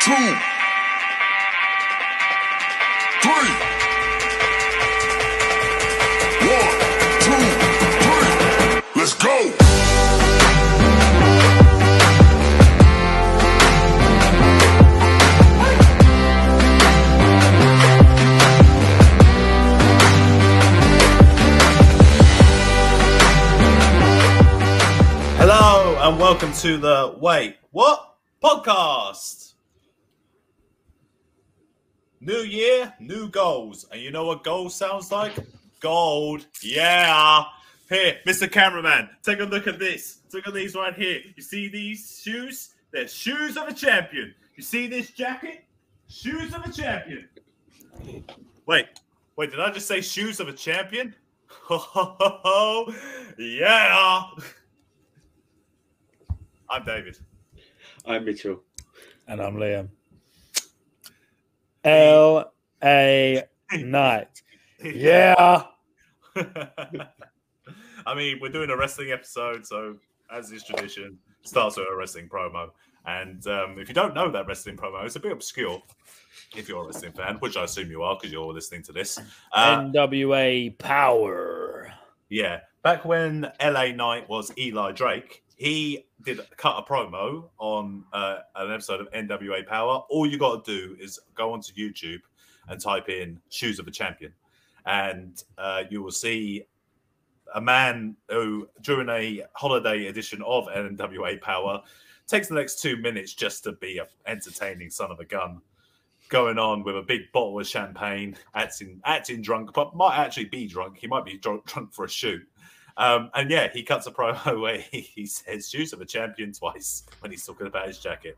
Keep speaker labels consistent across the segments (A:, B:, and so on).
A: two, three, one, two, three. Let's go.
B: Hello and welcome to the Wait What podcast. New year, new goals. And you know what gold sounds like? Gold. Yeah. Here, Mr. Cameraman, take a look at this. Look at these right here. You see these shoes? They're shoes of a champion. You see this jacket? Shoes of a champion. Wait, wait, did I just say shoes of a champion? Ho ho ho ho. Yeah. I'm David.
C: I'm Mitchell.
D: And I'm Liam. L A Knight. Yeah.
B: I mean, we're doing a wrestling episode, so as is tradition, starts with a wrestling promo. And um, if you don't know that wrestling promo, it's a bit obscure if you're a wrestling fan, which I assume you are because you're listening to this. Uh,
D: NWA Power.
B: yeah, back when LA Knight was Eli Drake, he did cut a promo on uh, an episode of NWA Power. All you got to do is go onto YouTube and type in "Shoes of a Champion," and uh, you will see a man who, during a holiday edition of NWA Power, takes the next two minutes just to be a entertaining son of a gun, going on with a big bottle of champagne, acting acting drunk, but might actually be drunk. He might be drunk, drunk for a shoot. Um, and yeah, he cuts a promo where he, he says "shoes of a champion" twice when he's talking about his jacket.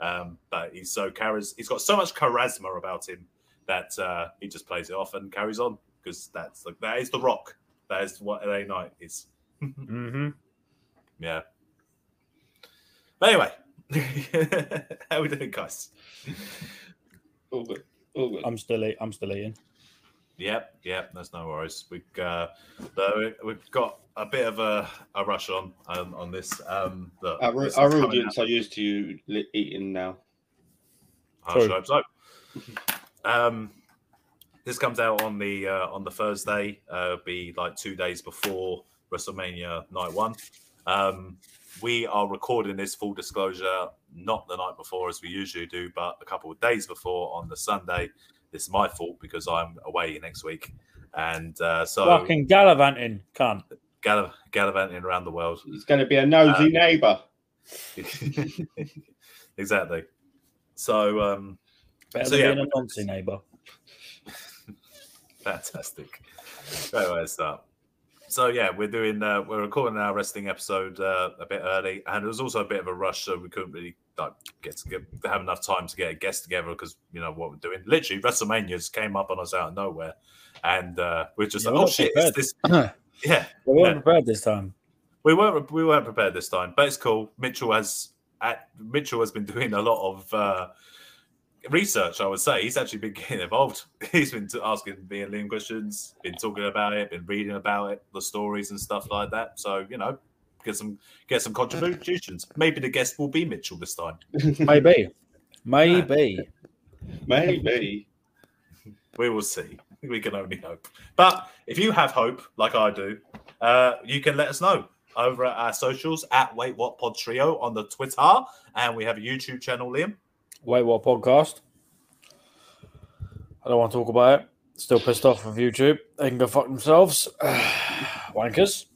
B: Um, but he's so charis- he's got so much charisma about him that uh, he just plays it off and carries on because that's like that is the rock. That is what LA Knight is.
D: Mm-hmm.
B: Yeah. But anyway, how we doing, guys?
C: All good. All good.
D: I'm still e- I'm still eating.
B: Yep, yep, that's no worries. We uh, the, we've got a bit of a, a rush on um, on this. Um, the,
C: our,
B: this is
C: our
B: coming
C: audience are used to you li- eating now.
B: I
D: True.
B: should hope so. Um, this comes out on the uh, on the Thursday, uh, be like two days before WrestleMania Night One. Um, we are recording this full disclosure not the night before as we usually do, but a couple of days before on the Sunday. It's my fault because I'm away next week, and uh, so
D: Fucking gallivanting, cunt.
B: gall- gallivanting around the world.
C: It's going to be a nosy
D: Uh,
B: Um,
C: neighbour.
B: exactly. So um,
D: Better
B: So,
D: than
B: yeah,
D: being a
B: we-
D: Nazi neighbour.
B: Fantastic. Great way to start. So yeah, we're doing uh, we're recording our wrestling episode uh, a bit early, and it was also a bit of a rush, so we couldn't really like get to get, have enough time to get a guest together because you know what we're doing. Literally, WrestleMania's came up on us out of nowhere, and uh, we're just
D: Yeah,
B: like,
D: we're
B: oh
D: not
B: shit, it's
D: prepared.
B: this
D: we
B: yeah.
D: weren't prepared this time.
B: We weren't we weren't prepared this time, but it's cool. Mitchell has at Mitchell has been doing a lot of uh, research. I would say he's actually been getting involved. He's been t- asking me and Liam questions, been talking about it, been reading about it, the stories and stuff like that. So you know, get some get some contributions. Maybe the guest will be Mitchell this time.
D: Maybe. Maybe.
C: Maybe.
B: We will see. We can only hope. But if you have hope, like I do, uh, you can let us know over at our socials at Wait What Pod Trio on the Twitter, and we have a YouTube channel, Liam.
D: Wait, what podcast? I don't want to talk about it. Still pissed off with YouTube. They can go fuck themselves. Wankers.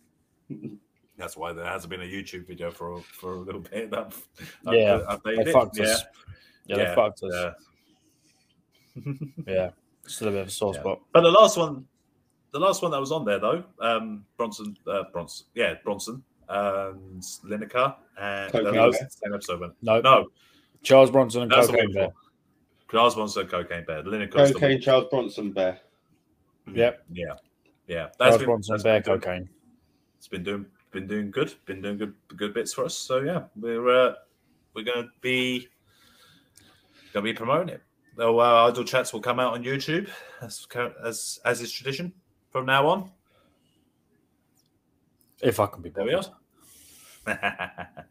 B: That's why there hasn't been a YouTube video for for a little bit. That,
D: Yeah,
B: updated.
D: They fucked us. Yeah,
B: Yeah,
D: they fucked us.
B: yeah.
D: Yeah, still a bit of a sore
B: Yeah.
D: spot.
B: But the last one, the last one that was on there though, um, Bronson, uh, Bronson, yeah, Bronson, um, Lineker, and
C: Cocaine
B: that was
C: Bear.
B: the same episode. When,
D: No,
B: no,
D: Charles Bronson and
B: that's the
D: Cocaine
B: one
D: Bear.
B: before. Last one's the uh, Cocaine Bear. Lineker's the
C: Cocaine Charles Bronson Bear.
D: Yep,
B: Yeah, yeah. That's
D: Charles
B: been,
D: Bronson
B: that's
D: and Bear
B: been good.
D: Cocaine.
B: It's been doing been doing good. Been doing good good bits for us. So yeah, we're uh, we're gonna be gonna be promoting it. So uh, idle chats will come out on YouTube as cur- as as is tradition from now on.
D: If I can be
B: There we
D: bothered.
B: are.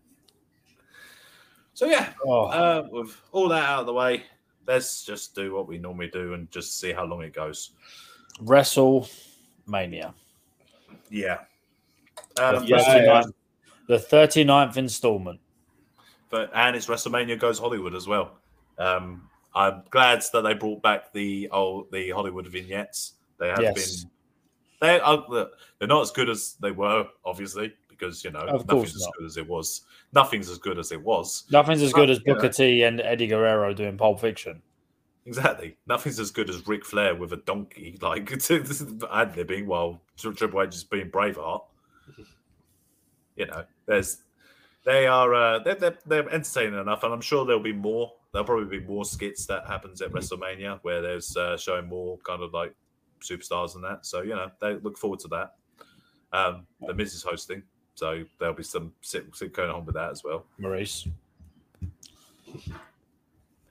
B: So yeah,
D: Oh,
B: uh, with all that out of the way, let's just do what we normally do and just see how long it goes.
D: WrestleMania.
B: Yeah. Um,
D: Yeah,
C: Yeah,
B: Wrestle-
C: yeah.
D: The 39th installment.
B: But and it's WrestleMania goes Hollywood as well. Um, I'm glad that they brought back the old the Hollywood vignettes. They have
D: Yes.
B: been. They are look, they're not as good as they were, obviously, because you know
D: Of
B: nothing's
D: course
B: as
D: not.
B: good as it was. Nothing's as good as it was.
D: Nothing's as good as
B: Yeah.
D: Booker T and Eddie Guerrero doing Pulp Fiction.
B: Exactly. Nothing's as good as Ric Flair with a donkey, like ad libbing while Tri- Triple H is being Braveheart. You know, there's they are uh, they're, they're they're entertaining enough, and I'm sure there'll be more. There'll probably be more skits that happens at WrestleMania where there's uh, showing more kind of like superstars and that. So you know, they look forward to that. Um, the Miz is hosting, so there'll be some sit, sit going on with that as well.
D: Maurice. You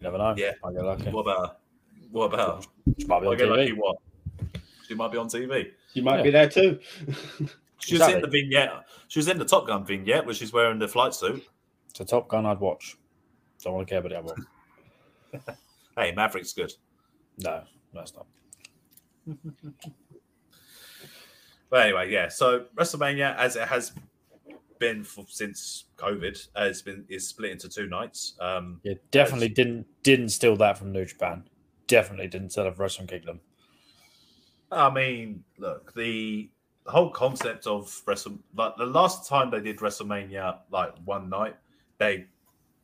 D: never know.
B: Yeah.
D: Might get lucky.
B: What about what about?
D: She might be on
B: I get
D: TV.
B: lucky. What? She might be on TV.
C: You might be there too.
B: She was in the
D: Exactly.
B: vignette. She was in the Top Gun vignette, where she's wearing the flight suit.
D: It's a Top Gun I'd watch. Don't want to care about the other one.
B: Hey, Maverick's good.
D: No, no, it's not.
B: But anyway, yeah. So WrestleMania, as it has been for, since COVID, has been is split into two nights. Um,
D: Yeah, definitely didn't didn't steal that from New Japan. Definitely didn't steal it from Wrestling Kingdom.
B: I mean, look, the the whole concept of Wrestle like the last time they did WrestleMania like one night, they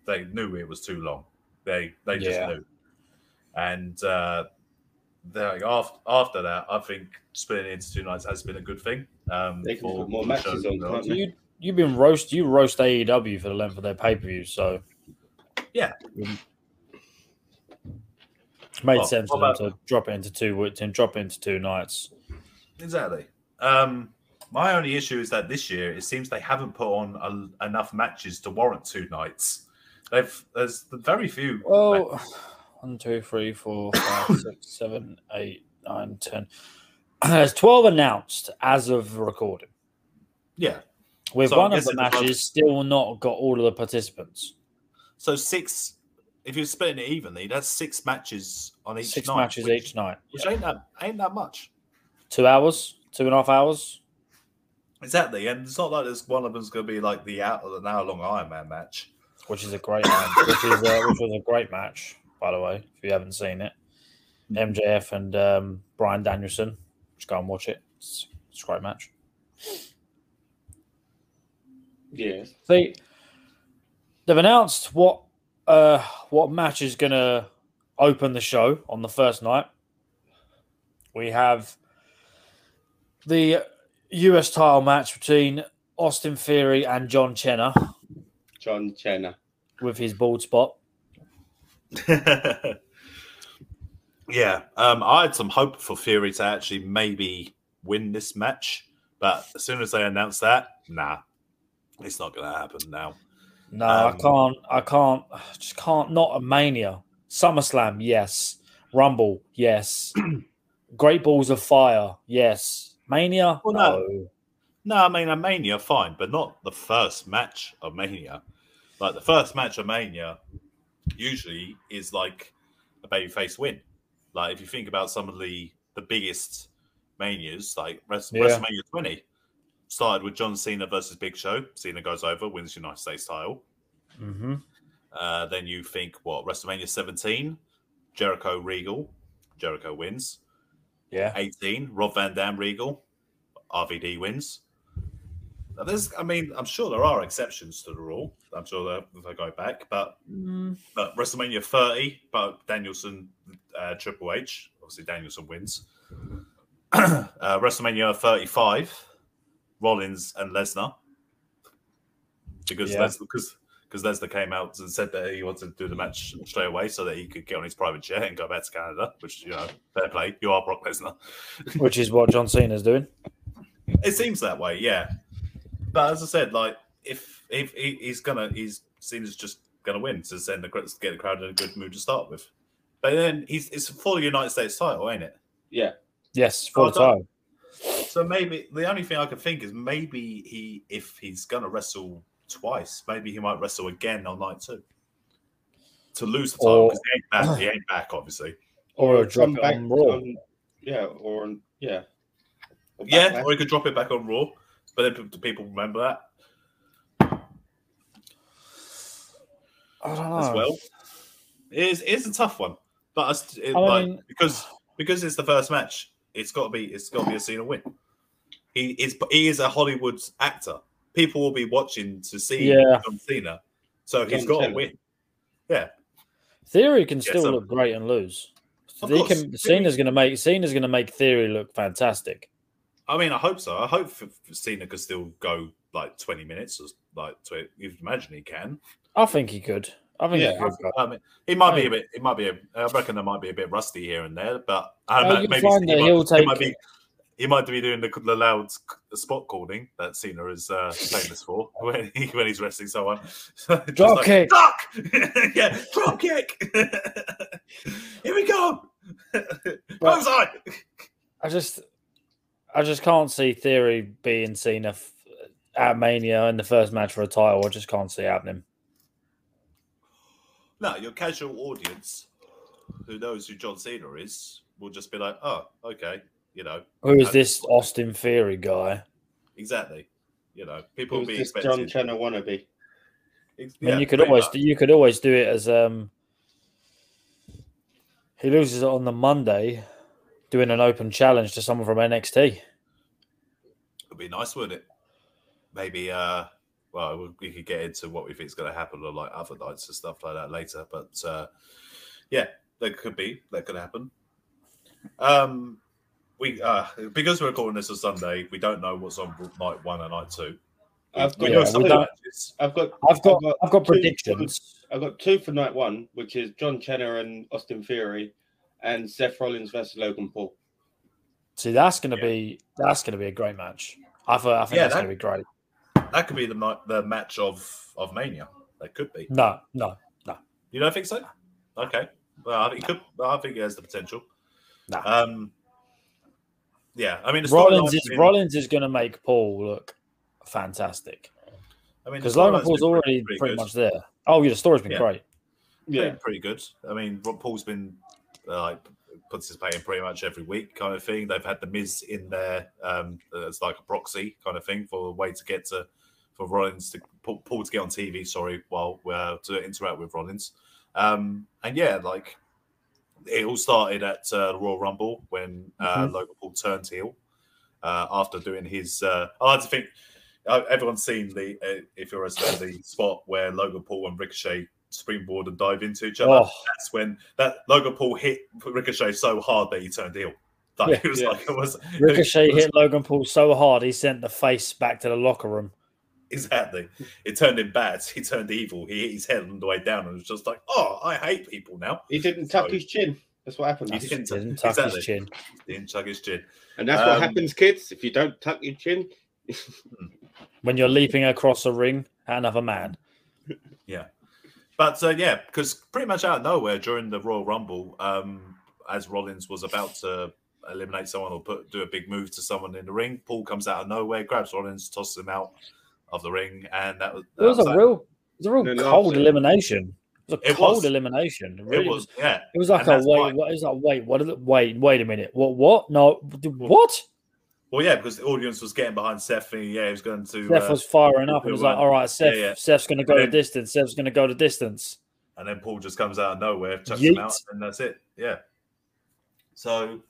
B: they knew it was too long. They they just
D: Yeah.
B: knew. And uh they're like, after after that, I think splitting it into two nights has been a good thing. Um
C: They can
B: for-
C: put more
B: for
C: matches
B: shows
C: on,
B: and all.
C: can't they?
D: You you've been roast you roast AEW for the length of their pay per view, so
B: Yeah.
D: It made
B: Well,
D: sense
B: what
D: for them to drop it into two to drop it into two nights.
B: Exactly. Um, my only issue is that this year it seems they haven't put on a, enough matches to warrant two nights. They've there's very few.
C: Oh.
D: Well, one, two, three, four, five, six, seven, eight, nine, ten. There's twelve announced as of recording.
B: yeah.
D: With
B: So I'm
D: one of the
B: guessing the
D: matches
B: first-
D: still not got all of the participants.
B: So six. If you're splitting it evenly, that's six matches on each
D: Six
B: night,
D: matches
B: which,
D: each night.
B: which
D: Yeah.
B: ain't that ain't that much.
D: Two hours, two and a half hours.
B: Exactly, and it's not like there's one of them's going to be like the out an hour long Iron Man match.
D: which is a great match, which is uh, which was a great match by the way. If you haven't seen it, MJF and um, Brian Danielson, just go and watch it. It's, it's a great match.
C: Yes.
D: They they've announced what uh, what match is going to open the show on the first night. We have the US title match between Austin Theory and John Chenna
C: John Chenna.
D: with his bald spot.
B: yeah, um, I had some hope for Fury to actually maybe win this match, but as soon as they announced that, nah, it's not going to happen now.
D: No, I
B: Um,
D: can't. I can't. I Just can't. Not a mania. SummerSlam, yes. Rumble, yes. Great Balls of Fire, yes. Mania,
B: Well,
D: no.
B: no. No, I mean, a Mania, fine, but not the first match of Mania. Like, the first match of Mania usually is like a babyface win. Like, if you think about some of the, the biggest Manias, like Wrest-
D: Yeah.
B: WrestleMania 20 started with John Cena versus Big Show. Cena goes over, wins United States title.
D: Mm-hmm.
B: Uh, then you think, what, WrestleMania 17, Jericho Regal, Jericho wins.
D: Yeah,
B: 18, Rob Van Dam Regal, RVD wins. Now, there's, I mean, I'm sure there are exceptions to the rule. I'm sure that if I go back, but,
D: Mm.
B: but WrestleMania 30, but Danielson, uh, Triple H, obviously Danielson wins. uh, WrestleMania 35, Rollins and Lesnar, because
D: Yeah.
B: Lesnar, because because Lesnar came out and said that he wanted to do the match straight away so that he could get on his private jet and go back to Canada, which you know, fair play. You are Brock Lesnar.
D: which is what John Cena's doing.
B: It seems that way, yeah. But as I said, like if if he, he's gonna he's seen as just gonna win to send the cr- get the crowd in a good mood to start with. But then he's it's for the United States title, ain't it?
C: Yeah.
D: Yes, full
B: Oh, no.
D: time.
B: So maybe the only thing I could think is maybe he if he's gonna wrestle twice, maybe he might wrestle again on night two. to lose the title because he ain't back. He ain't back, obviously.
D: Or he'll drop
C: Come
D: it
C: back
D: on Raw.
C: on- yeah, or on, yeah. Or back-
B: Yeah,
C: back-
B: or he could drop it back on Raw, but then p- do people remember that
D: I don't know.
B: as well? It is, it is a tough one, but I st- it,
D: I
B: like,
D: mean-
B: because because it's the first match, it's got to be it's got to be a Cena win. He is he is a Hollywood actor. People will be watching to see
D: Yeah.
B: John Cena, so he's
C: John
B: got to
C: Cena.
B: win.
D: Theory can still
B: so-
D: look great and lose.
B: Of
D: He
B: course.
D: can, Cena's going to make Cena's going to make Theory look fantastic.
B: I mean, I hope so. I hope f- f- Cena could still go like twenty minutes, or s- like tw- you imagine he can.
D: I think he could. I think he
C: Yeah.
D: could. but-
B: I mean, he might be
D: Oh.
B: a bit. Um, It might be. A, I reckon there might be a bit rusty here and there, but I
D: Oh,
B: don't know.
D: you'll
B: Maybe
D: find that
B: he,
D: he'll
B: might, he might
D: take-
B: be. He might be doing the, the loud c- spot calling that Cena is uh, famous for when, he, when he's wrestling someone.
D: Drop
B: Drop
D: kick.
B: Duck! yeah, drop kick. here we go.
D: But-
B: Bullseye!
D: I just, I just can't see Theory being Cena f- at Mania in the first match for a title. I just can't see it happening.
B: No, your casual audience who knows who John Cena is will just be like, oh, okay, you know,
D: Who is
B: Uh,
D: this Austin Theory guy?
B: exactly. You know, people will
C: Who's
B: be
C: this John
B: expecting.
C: Chenna wannabe?
B: Ex-
D: I mean,
B: yeah,
D: you could
B: pretty
D: always,
B: much.
D: you could always do it as um. He loses it on the Monday, doing an open challenge to someone from NXT.
B: It'd be nice, wouldn't it? Maybe, uh, well, we- we could get into what we think is going to happen on like other nights and stuff like that later. But uh, yeah, that could be that could happen. Um, we uh, because we're recording this on Sunday, we don't know what's on night one and night two. We-
C: I've
B: we
D: got-
B: know
D: Uh, Yeah,
B: some of
D: we
B: the
D: don't-
B: matches.
C: I've got,
D: I've got,
C: I've got
D: I've got
C: two-
D: predictions.
C: I've got two for night one, which is John Chenna and Austin Theory, and Seth Rollins versus Logan Paul.
D: See, that's gonna
B: Yeah.
D: be that's gonna be a great match. I, th- I think
B: Yeah,
D: that's
B: that-
D: gonna be great.
B: That could be the night, the match of of Mania. That could be.
D: No, no,
B: You don't think so? Okay. Well, I think it could. I think it has the potential.
D: no.
B: Um, yeah, I mean, the
D: Rollins is
B: storyline's been-
D: Rollins is gonna make Paul look fantastic
B: I mean, the
D: because Logan
B: storyline's
D: Paul's
B: been
D: already pretty,
B: pretty good.
D: much there. Oh yeah, the story's been
B: Yeah.
D: great.
C: Yeah,
B: pretty, pretty good. I mean, Rob Paul's been uh, like participating pretty much every week, kind of thing. They've had the Miz in there um, as like a proxy kind of thing for a way to get to for Rollins to Paul, Paul to get on TV. Sorry, while uh, to interact with Rollins. Um, and yeah, like it all started at uh, the Royal Rumble when uh,
D: Mm-hmm.
B: Logan Paul turned heel uh, after doing his. Uh, I like to think uh, everyone's seen the uh, if you're a wrestler, the spot where Logan Paul and Ricochet springboard and dive into each other.
D: Oh,
B: That's when that Logan Paul hit Ricochet so hard that he turned heel. Like,
D: Yeah.
B: it was
C: Yeah.
B: like it was
D: Oh, Ricochet
B: it was-
D: hit Logan Paul so hard he sent the face back to the locker room.
B: exactly. It turned him bad. He turned evil. He hit his head on the way down and was just like, "Oh, I hate people now."
C: he didn't tuck
B: So-
C: his chin. That's what happened.
B: He
D: He
B: didn't-
D: didn't tuck
B: exactly.
D: his chin.
B: He didn't chug his chin.
C: And that's what
B: Um,
C: happens, kids. If you don't tuck your chin,
D: When you're leaping across a ring at another man,
B: But uh, yeah, because pretty much out of nowhere during the Royal Rumble, um, as Rollins was about to eliminate someone or put do a big move to someone in the ring, Paul comes out of nowhere, grabs Rollins, tosses him out of the ring, and that was,
D: it was
B: that was
D: a
B: that.
D: real, it was a
C: No,
D: real
C: no,
D: cold
C: absolutely.
D: elimination. It was a
B: It
D: cold
B: was.
D: elimination. It
B: It
D: really was
B: was yeah.
D: It was like
B: And
D: a
B: that's why-
D: wait. What, it was like wait. What? Is it, wait. Wait a minute. What? What? No. d- What?
B: Well, yeah, because the audience was getting behind Seth, and yeah, he was going to.
D: Seth
B: uh,
D: was firing up and was like,
B: won.
D: "All right, Seth.
B: yeah.
D: Seth's going to go
B: then-
D: the distance. Seth's going to go the distance."
B: and then Paul just comes out of nowhere, chucks him
D: Yeet.
B: out, and that's it. Yeah. So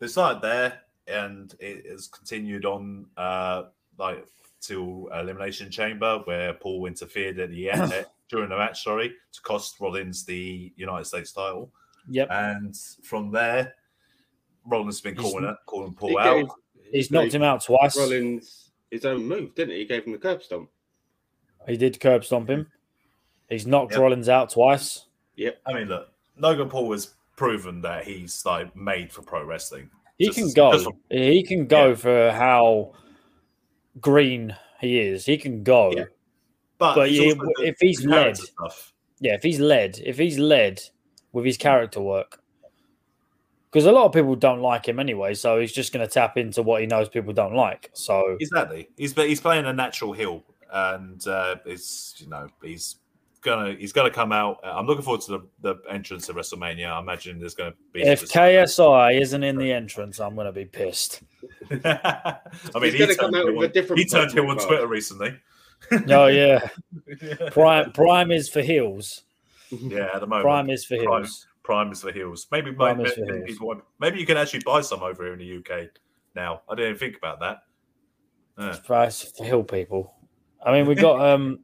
B: they started there, and it has continued on, uh, like till Elimination Chamber, where Paul interfered at the end eh, during the match. Sorry, to cost Rollins the United States title,
D: Yep.
B: and from there, Rollins has been
D: He's-
B: calling calling
C: he
B: Paul out.
C: gave
D: He's knocked him out twice.
C: Rollins his own move, didn't he? He gave him the curb stomp.
D: He did curb stomp him. He's knocked
B: Yep.
D: Rollins out twice.
B: I mean, look, Logan Paul has proven that he's like made for pro wrestling.
D: He
B: Just-
D: can
B: just
D: go.
B: from-
D: He can go for how green he is. He can go.
B: Yeah. But,
D: But
B: it's
D: yeah,
B: also the-
D: if he's
B: the character
D: led-
B: stuff.
D: Yeah, if he's led, if he's led with his character work, because a lot of people don't like him anyway, so he's just going to tap into what he knows people don't like. So
B: Exactly. He's but he's playing a natural heel, and uh, it's you know he's gonna he's gonna come out. Uh, I'm looking forward to the, the entrance to WrestleMania. I imagine there's gonna be.
D: If KSI isn't in the entrance, I'm going to be pissed.
B: I mean,
C: He's
B: he
C: gonna
B: turned,
C: come out
B: heel
C: with a
B: on-
C: different
B: he turned heel on
C: profile.
B: Twitter recently.
D: Oh yeah, prime prime is for heels.
B: Yeah, at the moment,
D: Prime is for
B: Prime.
D: heels.
B: Prime is for heels. Maybe
D: Prime
B: maybe,
D: is for heels.
B: people want- maybe you can actually buy some over here in the UK now. I didn't even think about that. Yeah.
D: Price for heel people. I mean, we got um,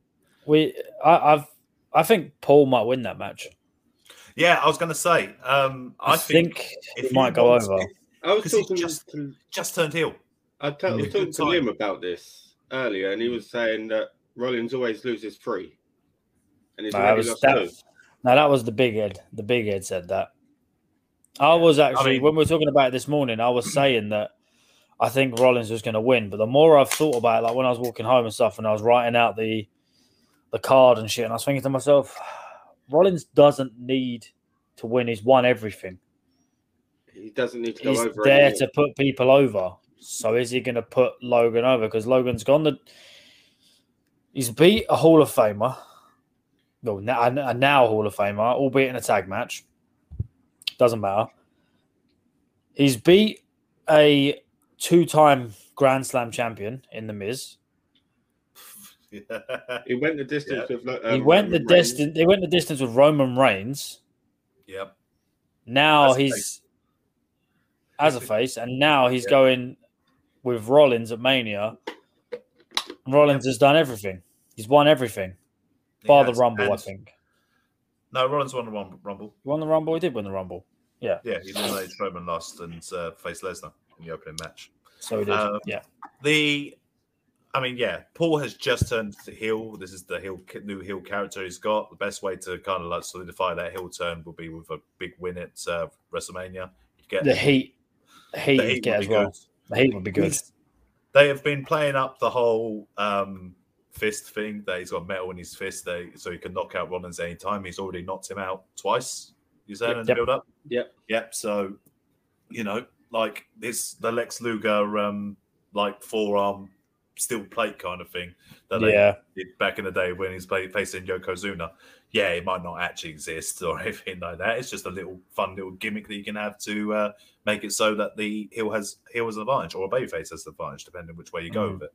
D: we I, I've I think Paul might win that match.
B: Yeah, I was gonna say. Um, I,
D: I, think,
B: if
D: it
B: you
D: might go
B: want-
D: over.
C: I was
B: 'Cause he's
C: talking
B: just-
C: to
B: just turned heel.
C: I ta- I was
B: Yeah.
C: talking to
B: Good
C: Liam about this earlier, and he was saying that Rollins always loses three, and he's
D: No, that
C: already
D: was
C: lost
D: that.
C: two.
D: No, that was the big head. The big head said that. I was actually
B: mean-
D: when we were talking about it this morning, I was saying that I think Rollins was going to win. But the more I've thought about it, like when I was walking home and stuff, and I was writing out the the card and shit, and I was thinking to myself, Rollins doesn't need to win. He's won everything.
C: He doesn't need to go
D: He's
C: over.
D: there
C: anymore.
D: to put people over. So is he going to put Logan over? Because Logan's gone. The he's beat a Hall of Famer. Well, now a now Hall of Famer, albeit in a tag match. Doesn't matter. He's beat a two-time Grand Slam champion in the Miz.
B: Yeah.
C: He went the distance with. like,
D: he
C: um,
D: went the
C: Roman Reigns.
D: distance. They went the distance with Roman Reigns.
B: yep.
D: Now
B: As a
D: he's as a face, and now he's
B: Yeah.
D: going with Rollins at Mania. Rollins has done everything. He's won everything, bar the
B: Yes,
D: Rumble, I
B: and-
D: think.
B: No, Rollins won the Rumble. Rumble.
D: He won the Rumble. He did win the Rumble. Yeah,
B: Yeah, he eliminated Strowman last and uh, faced Lesnar in the opening match.
D: so he did.
B: Um,
D: yeah,
B: The, I mean, yeah, Paul has just turned to heel. This is the heel new heel character he's got. The best way to kind of like solidify that heel turn will be with a big win at uh, WrestleMania. You get
D: the Heat, the Heat,
B: the
D: would
B: Heat
D: get
B: would
D: as
B: be
D: well.
B: good.
D: The Heat would be good.
B: They have been playing up the whole um, fist thing that he's got metal in his fist, they, so he can knock out Rollins any time. He's already knocked him out twice. You said in the
D: Yep.
B: build up.
C: Yep.
B: Yep. So, you know, like this, the Lex Luger, um, like forearm steel plate kind of thing that they
D: Yeah,
B: did back in the day when he's play, facing Yokozuna. Yeah, it might not actually exist or anything like that. It's just a little fun little gimmick that you can have to uh, make it so that the heel has heel has an advantage or a babyface has an advantage, depending which way you go
D: Mm.
B: with it.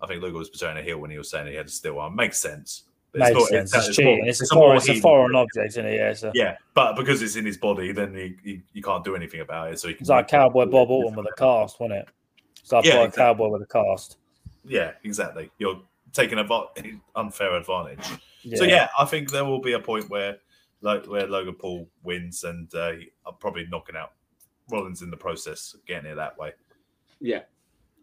B: I think Luger was portraying a heel when he was saying he had a steel arm. Makes sense. But
D: makes
B: not-
D: sense.
B: that-
D: It's cheating.
B: more-
D: It's, a
B: more
D: foreign, it's a
B: heel.
D: foreign object, isn't it? Yeah, it's, a,
B: Yeah, but because it's in his body, then he, he, you can't do anything about it. So he can
D: it's like Cowboy Bob Orton with a cast, wasn't it? It's like
B: Yeah,
D: a
B: exactly.
D: cowboy with a cast.
B: Yeah, exactly. You're taking an unfair advantage.
D: Yeah.
B: So yeah, I think there will be a point where like where Logan Paul wins and uh, I'm probably knocking out Rollins in the process, of getting it that way.
C: Yeah,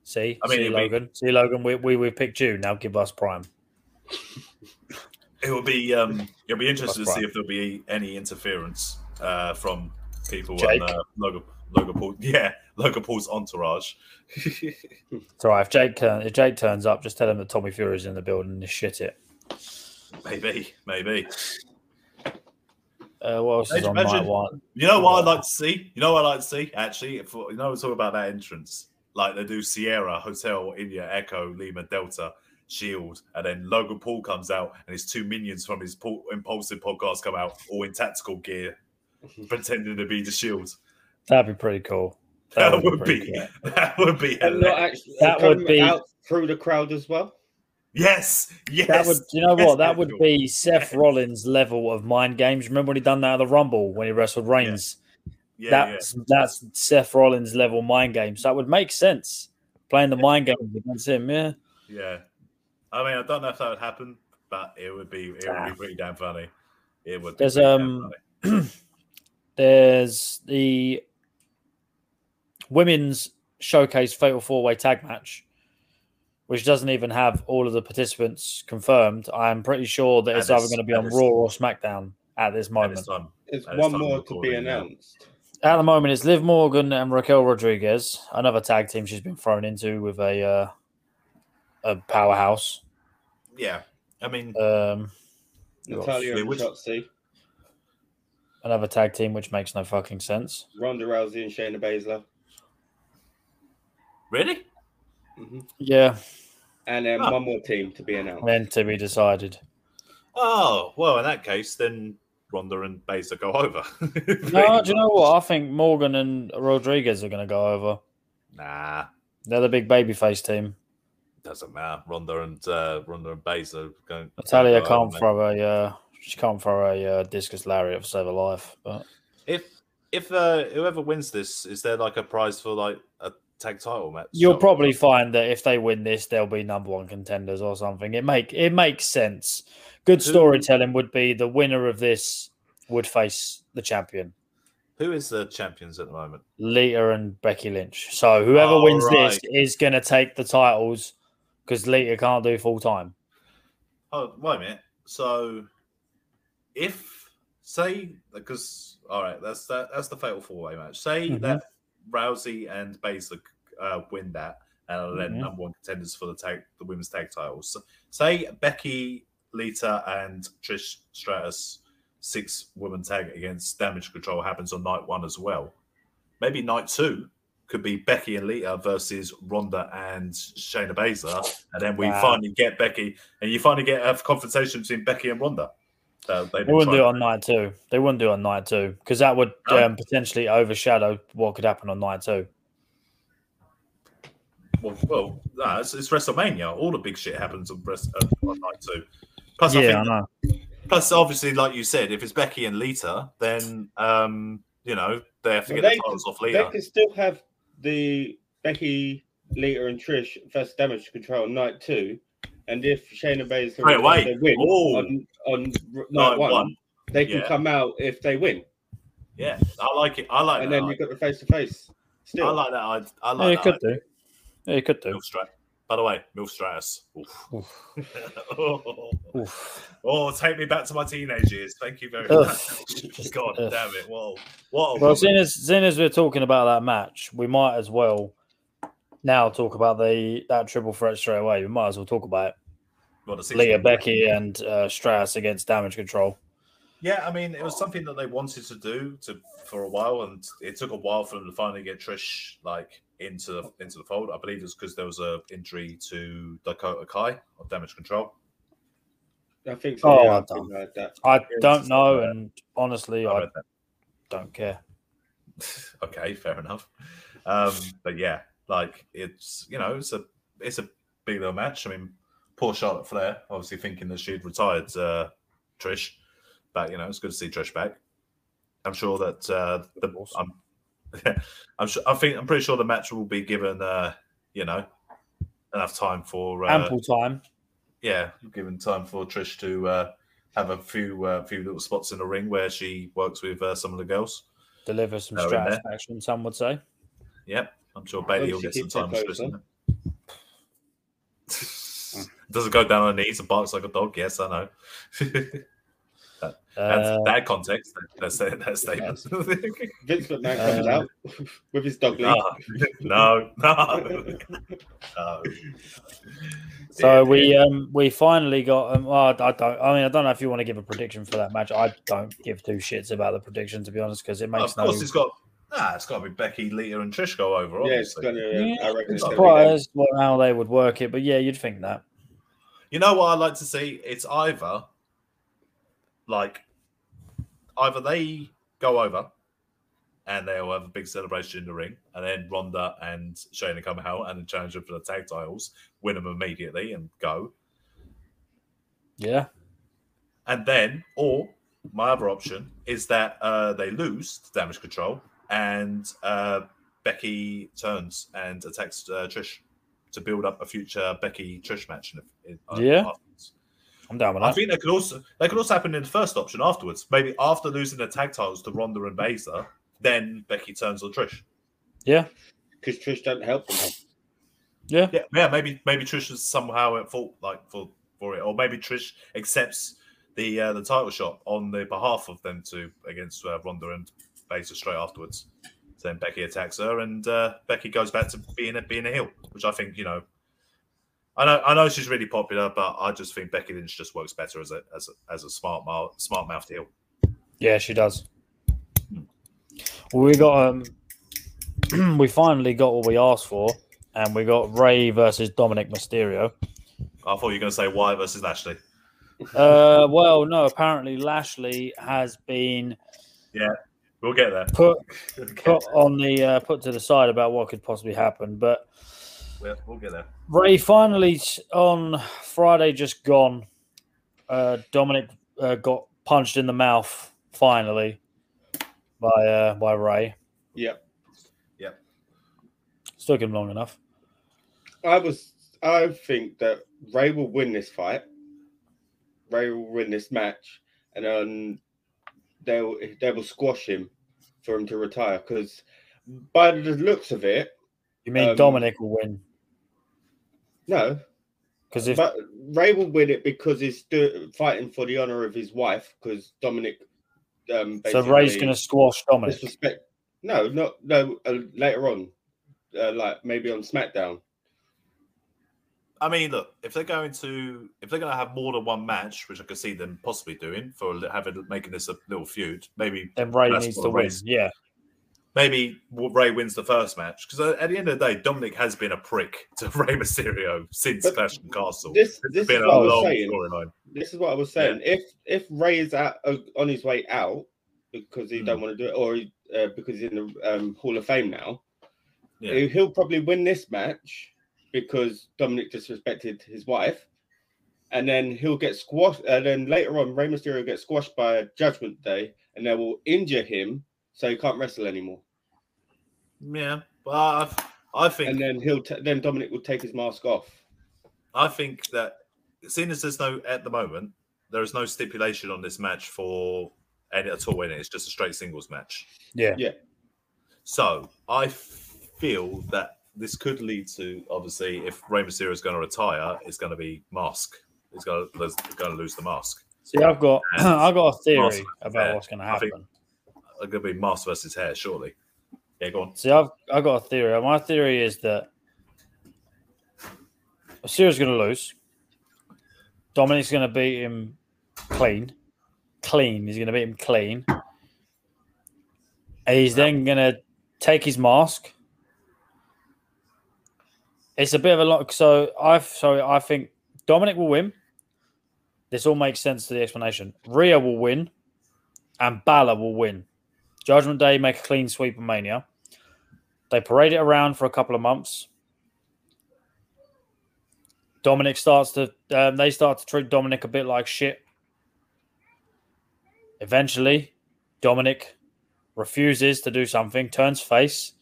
D: See,
B: I mean,
D: see
B: it'd be-
D: Logan, see Logan. We, we we picked you. Now give us prime.
B: It will be um you'll be interested
D: That's
B: to see
D: right.
B: if there'll be any interference uh from people
D: Jake?
B: on uh, Logan Logan Paul. Yeah, Logan Paul's entourage.
D: It's all right. If Jake turn, if Jake turns up, just tell him that Tommy Fury's in the building and shit it.
B: Maybe, maybe.
D: Uh, what else is on
B: Imagine-
D: night one?
B: You know what I'd like to see? You know what I'd like to see? Actually, if you know, we're talking about that entrance, like they do Sierra, Hotel, India, Echo, Lima, Delta, Shield, and then Logan Paul comes out and his two minions from his Paul, Impulsive podcast come out all in tactical gear, pretending to be the Shield.
D: That'd be pretty cool.
B: That, would
D: pretty
B: be,
D: cool.
B: that would be,
C: and not
B: hilarious.
C: actually
D: That
C: come
D: would be-
C: out through the crowd as well.
B: yes, yes,
D: That would, you know
B: Yes,
D: what? That
B: that'd
D: would
B: be cool.
D: be Seth Rollins' level of mind games. Remember when he done that at the Rumble when he wrestled Reigns?
B: yeah,
D: that's that's Seth Rollins' level mind games. That would make sense playing the mind games against him. Yeah,
B: yeah, yeah. I mean, I don't know if that would happen, but it would be, it would
D: Ah.
B: be pretty damn funny. It would. be
D: There's,
B: pretty damn
D: um,
B: funny.
D: there's the women's showcase fatal four way tag match, which doesn't even have all of the participants confirmed. I'm pretty sure that
B: At
D: it's either
B: this-
D: going to be
B: at
D: on
B: this-
D: Raw or SmackDown at this
B: at
D: moment.
B: this time.
C: There's
B: That is
C: one
B: something
C: more
B: we're
C: to be
B: calling, yeah.
C: announced.
D: At the moment, it's Liv Morgan and Raquel Rodriguez, another tag team she's been thrown into with a uh, a powerhouse.
B: Yeah, I mean,
D: Um, You've got
C: Natalia and
B: Fleetwood.
C: Shotzi,
D: another tag team, which makes no fucking sense.
C: Ronda Rousey and Shayna Baszler,
B: really?
C: Mhm.
D: Yeah,
C: and then
B: Ah.
C: one more team to be announced.
D: then to be decided.
B: Oh, well, in that case, then Ronda and Baszler go over.
D: No, do you know what? I think Morgan and Rodriguez are going to go over.
B: Nah,
D: They're the big babyface team.
B: doesn't matter. Ronda and uh, Ronda and Baszler going.
D: Natalia
B: go
D: can't
B: over.
D: throw a uh, she can't throw a uh, discus lariat to save her life. But
B: If if uh, whoever wins this, is there like a prize for like a tag title match?
D: you'll
B: So-
D: probably find that if they win this, they'll be number one contenders or something. It make it makes sense. Good
B: Who-
D: storytelling would be the winner of this would face the champion,
B: Who is the champions at the moment?
D: Lita and Becky Lynch. So whoever
B: Oh,
D: wins
B: right.
D: this is going to take the titles because Lita can't do full time.
B: Oh, wait a minute. So, if say because all right, that's that, that's the fatal four way match. Say
D: Mhm.
B: that Rousey and Baszler uh, win that, and are then
D: Mhm.
B: number one contenders for the tag the women's tag titles. So, say Becky, Lita, and Trish Stratus six women tag against Damage Control happens on night one as well. Maybe night two could be Becky and Lita versus Ronda and Shayna Baszler, and then we
D: Wow.
B: finally get Becky, and you finally get a confrontation between Becky and Ronda. Uh,
D: They wouldn't do it on night two. They wouldn't do it on night two because that would
B: No.
D: um, potentially overshadow what could happen on night two.
B: Well, well no, it's, it's WrestleMania. All the big shit happens on, rest, uh, on night two. Plus, I
D: yeah,
B: think,
D: I know.
B: plus, obviously, like you said, if it's Becky and Lita, then um, you know they have to
C: Well,
B: get
C: they-
B: the titles off
C: They
B: Lita.
C: can still have the Becky, Lita, and Trish versus Damage Control on night two, and if Shayna Baszler
B: Wait, wait.
C: they win Um,
B: Oh.
C: on, on r- night,
B: Night
C: one,
B: one.
C: they can
B: Yeah.
C: come out if they win,
B: Yeah, I like it. I like
C: and
B: that.
C: then
B: idea.
C: you've got the face to face.
B: I
C: Still,
B: like that. I, I
D: Yeah,
B: like that.
D: it could do. Yeah, it could do.
B: Milf Strat. By the way, Milf Stratus. Oof. oh,
D: Oof.
B: take me back to my teenage years. Thank you very
D: Ugh.
B: much. God
D: Ugh.
B: damn it. Whoa. What a
D: Well,
B: woman.
D: seeing as, seeing as we're talking about that match, we might as well now talk about the that triple threat straight away. We might as well talk about
B: What a
D: it.
B: six-
D: Leah, Becky, and uh, Strauss against Damage Control.
B: Yeah, I mean, it was something that they wanted to do to for a while, and it took a while for them to finally get Trish like into the, into the fold. I believe it's because there was a injury to Dakota Kai of damage control.
C: I think so.
D: Oh,
C: yeah, I
D: I've
C: think I had that.
D: I don't
B: it's-
D: know, and honestly,
B: I
D: I
B: read that.
D: don't care.
B: okay, fair enough. Um, but yeah, like it's you know it's a it's a big little match. I mean, poor Charlotte Flair, obviously thinking that she'd retired uh, Trish, but you know it's good to see Trish back. I'm sure that uh, the I'm, I'm sure I think I'm pretty sure the match will be given uh, you know enough time for uh,
D: Ample time.
B: yeah, given time for Trish to uh, have a few uh, few little spots in the ring where she works with uh, some of the girls.
D: Deliver some
B: they're in
D: Strauss
B: there.
D: action, some would say.
B: Yep, I'm sure Bailey will
C: she
B: get some
C: keeps her
B: time. with
C: clothes
B: Tristan. Doesn't go down on her knees and barks like a dog. Yes, I know. That's
D: Uh,
B: that context. That's that, that statement.
C: Vince McMahon comes
D: Uh,
C: out with his dog leg.
B: no, no, no, no.
D: So
B: Dear,
D: we
B: dear.
D: um we finally got um well, I I don't I mean I don't know if you want to give a prediction for that match I don't give two shits about the prediction to be honest because it
B: Well,
D: makes
B: of course,
D: no
B: it's got. Nah, it's got to be Becky, Lita, and Trish go over.
C: Yeah, it's
B: Obviously.
C: gonna. uh, I reckon it's
D: I'm
C: gonna be them.
D: surprised what, how they would work it but yeah you'd think that
B: You know what I like to see? It's either like either they go over and they'll have a big celebration in the ring, and then Ronda and Shayna come out and challenge them for the tag titles, win them immediately, and go.
D: yeah
B: And then, or my other option is that uh, they lose to damage control and uh, Becky turns and attacks uh, Trish to build up a future Becky Trish match. In, uh, in,
D: Yeah. I'm down with
B: I
D: that
B: think that could also that could also happen in the first option afterwards. Maybe after losing the tag titles to Ronda and Baszler, then Becky turns on Trish.
D: yeah
C: because Trish don't help them.
D: yeah
B: Yeah, yeah. Maybe maybe Trish is somehow at fault like for for it, or maybe Trish accepts the uh, the title shot on the behalf of them two against uh, Ronda and Baszler straight afterwards. So then Becky attacks her, and uh, Becky goes back to being a being a heel, which I think you know. I know, I know she's really popular, but I just think Becky Lynch just works better as a as a, as a smart mouth, smart mouthed heel.
D: yeah she does we got um we finally got what we asked for and we got Ray versus Dominic Mysterio
B: I thought you were going to say Wyatt versus Lashley.
D: Uh, well, no. Apparently, Lashley has been
B: We'll get there.
D: put
B: We'll get
D: put
B: there.
D: on the uh, put to the side about what could possibly happen. But
B: We'll, we'll get there.
D: Ray finally s- on Friday just gone. Uh, Dominic uh, got punched in the mouth finally by uh, by Ray.
C: Yep.
B: Yep.
D: It's took him long enough.
C: I was. I think that Ray will win this fight. Ray will win this match, and then they will they will squash him for him to retire. Because by the looks of it,
D: You mean
C: Um,
D: Dominic will win?
C: no,
D: Because if
C: but Ray will win it because he's do, fighting for the honor of his wife. Because Dominic, um,
D: so, Ray's
C: basically
D: going to squash Dominic.
C: disrespect. No, not no. Uh, later on, uh, like maybe on SmackDown.
B: I mean, look, if they're going to if they're going to have more than one match, which I could see them possibly doing for having making this a little feud, maybe
D: Then Ray
B: That's
D: needs
B: what
D: to win.
B: Ray's-
D: Yeah,
B: maybe Ray wins the first match because at the end of the day, Dominic has been a prick to Ray Mysterio since
C: But
B: Clash of Castle.
C: This
B: It's
C: this is
B: been
C: what
B: a
C: I was
B: long
C: saying.
B: storyline.
C: This is what I was saying. If if Ray is out, uh, on his way out because
B: Hmm.
C: he don't want to do it, or he, uh, because he's in the um, Hall of Fame now,
B: Yeah.
C: he- he'll probably win this match because Dominic disrespected his wife, and then he'll get squashed. And then later on, Rey Mysterio gets squashed by Judgment Day, and they will injure him so he can't wrestle anymore.
B: Yeah, but I, I think
C: And then he'll t- then Dominic will take his mask off.
B: I think that seeing as there's no at the moment, there is no stipulation on this match for any at all in it. It's just a straight singles match.
D: yeah.
B: So I feel that this could lead to obviously if Rey Mysterio is going to retire, it's going to be mask. It's going to, it's going to lose the mask.
D: See, I've got I've got a theory
B: Awesome.
D: about
B: Yeah,
D: what's going to
B: I
D: happen.
B: think- It's going to be mask versus hair, surely. Yeah, go on.
D: See, I've I got a theory. My theory is that Mysterio's going to lose. Dominic's going to beat him clean, clean. He's going to beat him clean. And he's then going to take his mask. It's a bit of a lot. So I so I think Dominic will win. This all makes sense to the explanation. Rhea will win, and Balor will win. Judgment Day make a clean sweep of Mania. They parade it around for a couple of months. Dominic starts to, um, they start to treat Dominic a bit like shit. Eventually, Dominic refuses to do something, turns face.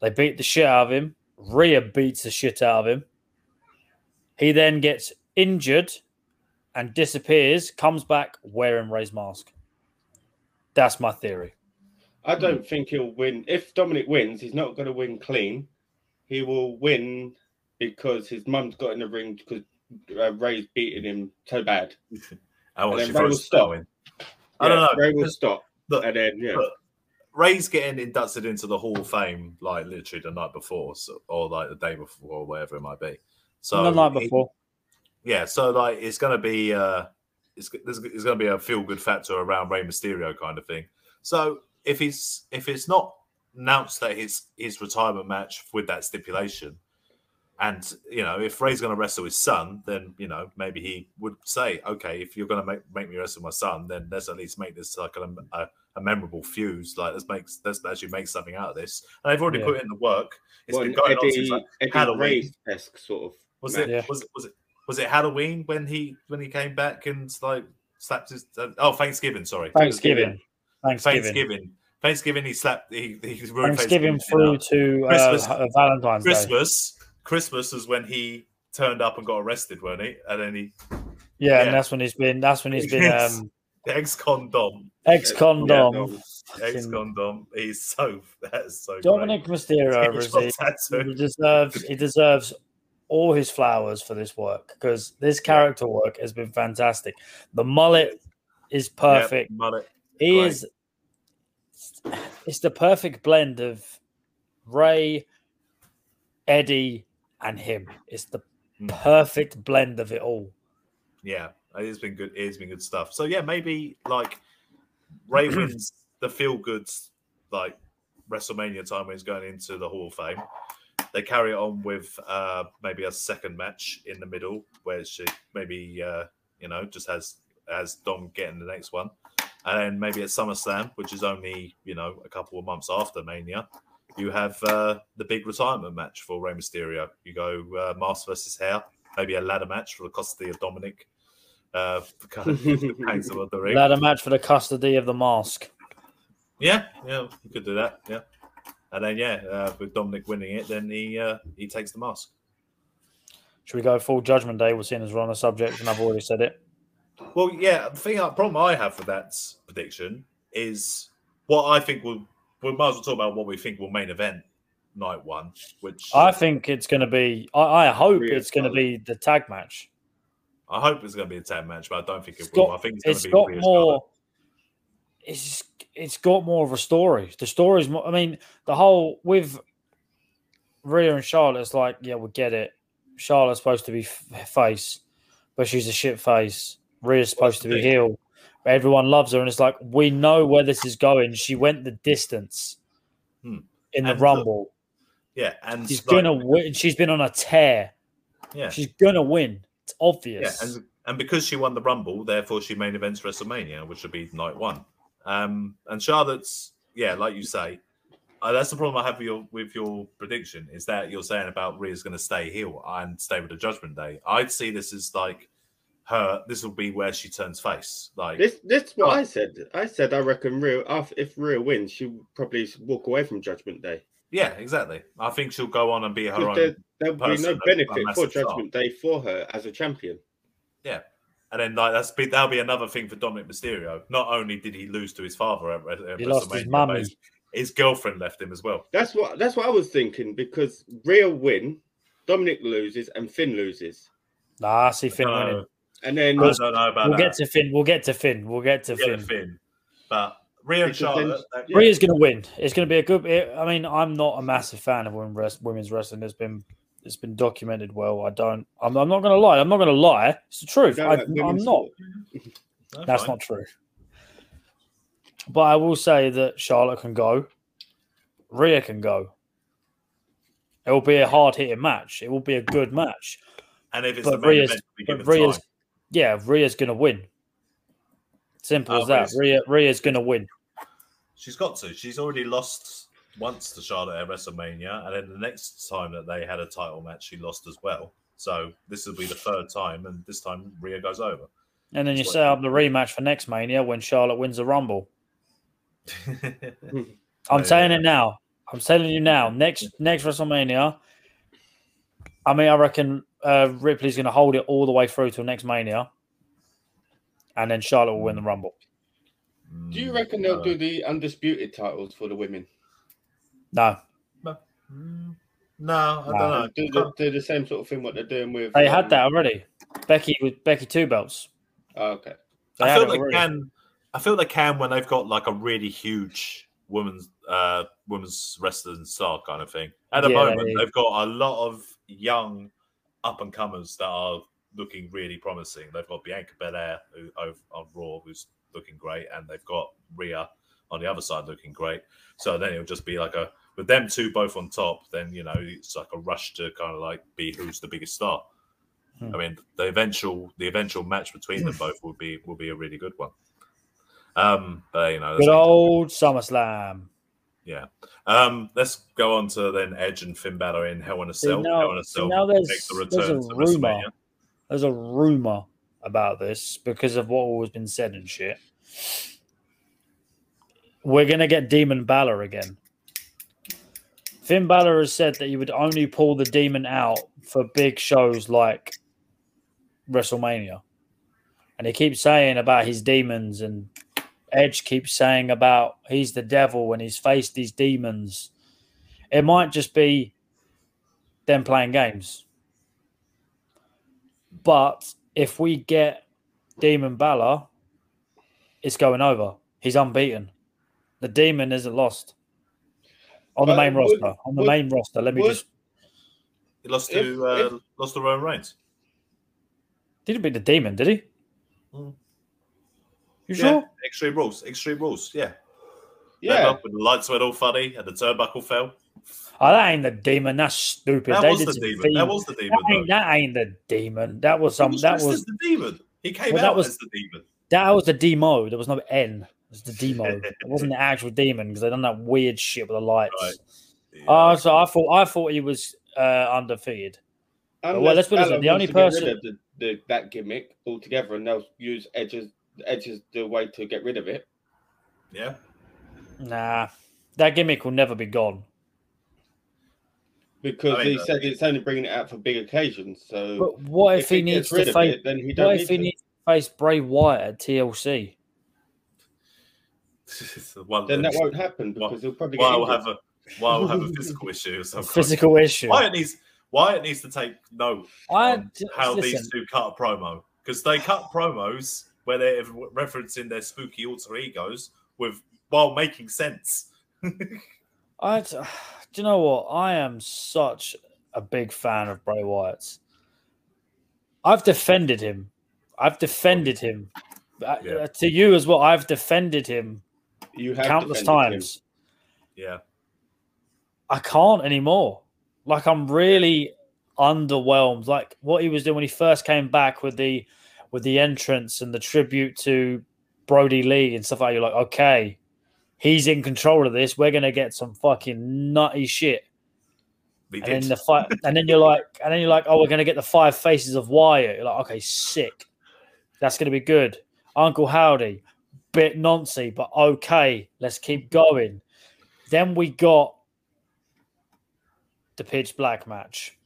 D: They beat the shit out of him. Rhea beats the shit out of him. He then gets injured and disappears, comes back wearing Ray's mask. That's my theory.
C: I
B: Hmm.
C: don't think he'll win. If Dominic wins, he's not going to win clean. He will win because his mum's got in the ring because uh, Ray's beating him so bad.
B: I want
C: then
B: you
C: Ray
B: for
C: will stop.
B: going. I don't
C: Yeah,
B: know.
C: Ray will
B: 'cause
C: stop.
B: look,
C: and then, yeah.
B: look. Ray's getting inducted into the Hall of Fame like literally the night before, so, or like the day before, or wherever it might be. So
D: the night
B: he-
D: before.
B: yeah, so like it's gonna be uh, it's there's, it's gonna be a feel good factor around Rey Mysterio kind of thing. So if he's if it's not announced that his his retirement match with that stipulation, and you know if Ray's gonna wrestle his son, then you know maybe he would say, okay, if you're gonna make make me wrestle my son, then let's at least make this like a, a, a memorable fuse. Like let's make let's actually make something out of this. And they've already
D: Yeah.
B: put in the work. It's
C: Well,
B: been
C: an
B: going on since
C: Eddie,
B: like,
C: Eddie
B: Halloween.
C: Ray's esque sort of.
B: was
C: match.
B: it
D: Yeah.
B: was it was it was it Halloween when he when he came back and like slapped his oh Thanksgiving sorry
D: Thanksgiving. Thanksgiving. Thanksgiving,
B: Thanksgiving Thanksgiving he slapped he he ruined dinner.
D: Thanksgiving through to
B: Christmas.
D: uh, Valentine's Day.
B: Christmas Christmas is when he turned up and got arrested weren't he and then he
D: Yeah,
B: yeah.
D: and that's when he's been. That's when he's been
B: Yes.
D: um,
B: ex condom
D: ex
C: Yeah,
D: condom.
B: ex condom he's so that's so
D: Dominic
B: great.
D: Mysterio
B: He's
D: Rizzi,
B: got tattoo.
D: he deserves. He deserves all his flowers for this work because this character work has been fantastic. The mullet is perfect.
B: yeah, mullet.
D: he
B: great.
D: is. It's the perfect blend of Ray, Eddie, and him. It's the
B: Mm.
D: perfect blend of it all.
B: yeah it's been good it's been good stuff so yeah maybe like ray wins the feel goods like wrestlemania time when he's going into the hall of fame they carry it on with uh maybe a second match in the middle where she maybe uh You know, just has has Dom getting the next one, and then maybe at SummerSlam, which is only you know a couple of months after Mania, you have uh, the big retirement match for Rey Mysterio. You go uh, Mask versus Hair, maybe a ladder match for the custody of Dominic. Uh, for kind of council of the ring.
D: Ladder match for the custody of the mask.
B: Yeah, yeah, we could do that. Yeah, and then yeah, uh, with Dominic winning it, then he uh, he takes the mask.
D: Should we go full Judgment Day? We're seeing as we're on the subject, and I've already said it.
B: Well, yeah, the thing, the problem I have with that prediction is what I think will. We might as well talk about what we think will main event night one, which
D: I think it's going to be. I, I hope
C: Really
D: it's going to be the tag match.
B: I hope it's going to be a tag match, but I don't think it
D: It's
B: will.
D: got-
B: I think it's going
D: It's
B: to be
D: got
B: Rhea
D: more. It's it's got more of a story. The story's more. I mean, the whole with Rhea and Charlotte. It's like, yeah, we get it. Charlotte's supposed to be f- face, but she's a shit face. Rhea's supposed to be
B: Yeah.
D: heel. But everyone loves her, and it's like we know where this is going. She went the distance
B: Hmm.
D: in the
B: And the-
D: Rumble.
B: Yeah, and
D: She's
B: like-
D: gonna win. She's been on a tear.
B: yeah,
D: She's gonna win. It's
B: yeah,
D: obvious.
B: and and because she won the Rumble, therefore she main events WrestleMania, which would be night one. Um, and Charlotte's yeah, like you say, uh, that's the problem I have with your with your prediction is that you're saying about Rhea's going to stay heel and stay with the Judgment Day. I'd see this as like her. This will be where she turns face. Like
C: This this is
B: Oh.
C: what I said. I said I reckon real if Rhea wins, she'll probably walk away from Judgment Day.
B: yeah, exactly. I think she'll go on and be her
C: 'Cause
B: own.
C: there, there'll be
B: person,
C: no
B: a- a
C: benefit for
B: massive
C: Judgment Day for her as a champion.
B: And then like that's be, that'll be another thing for Dominic Mysterio. Not only did he lose to his father at, Wres- at
D: He lost his
B: WrestleMania,
D: mummy.
B: but his, his girlfriend left him as well.
C: That's what that's what I was thinking because Rhea win, Dominic loses, and Finn loses,
D: nah, I see Finn
B: Uh,
D: winning.
C: and then
B: I don't know about
D: We'll
B: that.
D: get to Finn. We'll get to Finn. We'll get to
B: uh, yeah,
D: Finn.
B: Finn. But Rhea and
C: Because then-
B: Charlotte, that-
C: yeah.
D: Rhea's gonna win. It's gonna be a good. It, I mean, I'm not a massive fan of women wrest- women's wrestling. It's been it's been documented well. I don't. I'm, I'm not gonna lie. I'm not gonna lie. It's the
C: you
D: truth.
C: don't
D: I,
C: like
D: I'm
C: women's
D: not.
C: sport.
B: that's
D: That's
B: fine.
D: not true. But I will say that Charlotte can go. Rhea can go. It will be a hard hitting match. It will be a good match.
B: And if it's
D: but
B: the main
D: Rhea's-
B: event, we give
D: But
B: it
D: Rhea's,
B: time.
D: yeah, Rhea's going to win. Simple
B: Oh,
D: as that.
B: Rhea's-
D: Rhea, Rhea's going to win.
B: She's got to. She's already lost once to Charlotte at WrestleMania, and then the next time that they had a title match, she lost as well. So this will be the third time, and this time Rhea goes over.
D: And then you
B: That's
D: set up the rematch for next Mania when Charlotte wins the Rumble. I'm
B: Oh, Yeah.
D: saying it now. I'm telling you now. Next next WrestleMania, I mean, I reckon uh, Ripley's going to hold it all the way through till next Mania, and then Charlotte will win the Rumble.
C: Do you reckon
B: Mm.
C: they'll do the undisputed titles for the women?
D: No,
B: Mm, No, I don't
D: Nah.
B: know.
C: And do, the, do the same sort of thing what they're doing with?
D: they
C: um,
D: had that already. Becky with Becky two belts.
C: oh, okay.
D: They
B: I
D: had
B: feel
D: it
B: they
D: already.
B: can. I feel they can when they've got like a really huge women's uh women's wrestling star kind of thing. At the
D: Yeah,
B: moment,
D: they-
B: they've got a lot of young up and comers that are looking really promising. They've got Bianca Belair who, ov- on Raw, who's looking great, and they've got Rhea on the other side looking great. So then it'll just be like a with them two both on top. Then you know it's like a rush to kind of like be who's the biggest star.
D: Hmm.
B: I mean, the eventual the eventual match between them both will be will be a really good one. Um, but you know, that's
D: Good
B: not-
D: old SummerSlam.
B: um, let's go on to then Edge and Finn Balor in Hell in a
D: See,
B: Cell. Hell in
D: now,
B: a
D: see,
B: Cell
D: now there's,
B: makes a
D: there's a
B: return to
D: rumor.
B: WrestleMania.
D: There's a rumor about this because of what always been said and shit. We're gonna get Demon Balor again. Finn Balor has said that he would only pull the demon out for big shows like WrestleMania, and he keeps saying about his demons, and Edge keeps saying about he's the devil and he's faced these demons. It might just be them playing games. But if we get Demon Balor, it's going over. He's unbeaten. The Demon isn't lost on the
C: But
D: main
C: would-
D: roster. On the
C: would-
D: main roster, let me
C: would-
D: just.
B: He lost
C: If-
B: to uh, lost to Roman Reigns.
D: Didn't beat the Demon, did he?
B: Mm. Yeah,
D: You sure?
B: Extreme Rules, Extreme Rules. Yeah, Remember
C: Yeah,
B: When the lights went all funny and the turnbuckle fell.
D: Oh, that ain't the demon. That's stupid.
B: That
D: they
B: was
D: did
B: the
D: some
B: demon.
D: fiend-
B: That was the demon.
D: that, ain't,
B: though.
D: that ain't the demon. That was some.
B: He was
D: That
B: dressed as
D: was
B: the demon. He came
D: Well, that
B: out
D: was-
B: as the demon.
D: That was the demo. There was no N. It was the demo. it wasn't the actual demon because they done that weird shit with the lights.
B: Right. Yeah.
D: Oh, so I thought I thought he was uh, undefeated. well, let's put it this way,
C: Alan
D: the only
C: wants to get rid
D: person-
C: of the, the, that gimmick altogether, and they'll use edges edges the way to get rid of it.
B: yeah.
D: Nah, that gimmick will never be gone.
C: Because
B: I mean,
C: he
B: uh,
C: said it's only bringing it out for big occasions. So
D: But what if, he
C: gets
D: needs to
C: rid of
D: face?
C: it, then he
D: What
C: don't need
D: if he
C: to.
D: needs to face Bray Wyatt at TLC?
B: It's the one
C: Then that
B: that-
C: won't happen because he'll probably get
B: Wyatt will
C: injured.
B: have a Wyatt will have a physical issue or something.
D: Physical issue.
B: Wyatt needs Wyatt needs to take note
D: I
B: on how these
D: listen,
B: two cut a promo because they cut promos where they're referencing their spooky alter egos with while making sense.
D: I do you know what? I am such a big fan of Bray Wyatt. I've defended him. I've defended him Uh,
B: Yeah.
D: to you as well. I've defended him
C: You have
D: countless
C: defended him.
D: times.
B: Yeah,
D: I can't anymore. Like I'm really underwhelmed. Like what he was doing when he first came back with the with the entrance and the tribute to Brody Lee and stuff like that, you're like, okay, he's in control of this. We're gonna get some fucking nutty shit.
B: they
D: And then
B: did.
D: the fight and then you're like and then you're like, oh, we're gonna get the five faces of Wyatt. You're like, okay, sick. That's gonna be good. Uncle Howdy, bit nancy, but okay, let's keep going. Then we got the pitch black match.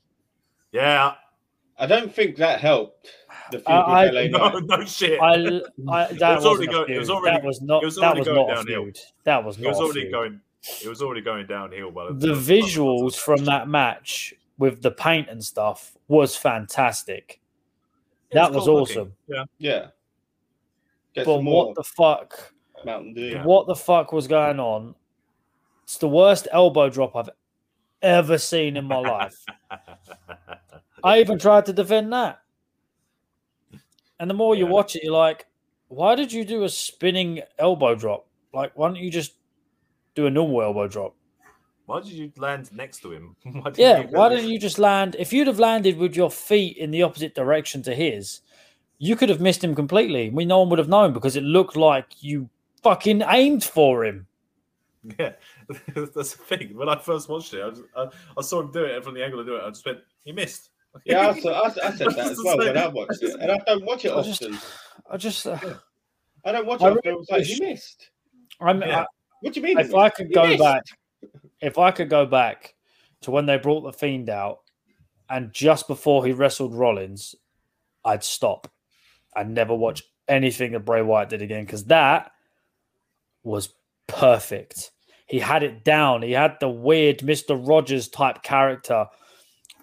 B: yeah,
C: I don't think that helped. The feud
D: Uh, I-
C: with LA
B: no,
C: Knight.
B: no shit.
D: I, I that
B: was
D: was
B: already
D: already
B: go- it was already-
D: that was not
B: it was
D: that
B: already
D: was
B: going
D: not a
B: downhill.
D: feud. That was
B: it
D: not
B: was
D: a
B: already
D: feud.
B: going. It was already going downhill. By the,
D: the visuals from that match with the paint and stuff was fantastic.
B: Yeah, it's
D: that was
B: cool
D: awesome.
B: looking. Yeah,
C: Yeah. Get
D: but
C: some more
D: what the fuck
C: Mountain Dew.
B: Yeah.
D: what the fuck was going on? It's the worst elbow drop I've ever seen in my life. I even tried to defend that. And the more you
B: Yeah.
D: watch it, you're like, why did you do a spinning elbow drop? Like, why don't you just do a normal elbow drop?
B: why did you land next to him? Why did
D: Yeah, why didn't you just land? If you'd have landed with your feet in the opposite direction to his, you could have missed him completely. We no one would have known because it looked like you fucking aimed for him.
B: Yeah, that's the thing. When I first watched it, I, just, I, I saw him do it and from the angle of do it. I just went, "He missed."
C: Yeah, I, saw, I, I said that as well when I
B: That's
C: watched
B: the
C: it, and I don't watch it
D: I just-
C: often.
D: I just, uh,
C: I don't watch it
D: I
C: often. I was like,
D: wish-
C: he missed.
D: I'm,
B: Yeah.
D: I-
C: What do you mean? he
D: if I
C: missed?
D: could
C: He
D: go
C: missed.
D: back, if I could go back to when they brought the Fiend out, and just before he wrestled Rollins, I'd stop. I'd never watch anything that Bray Wyatt did again because that was perfect. He had it down. He had the weird Mister Rogers type character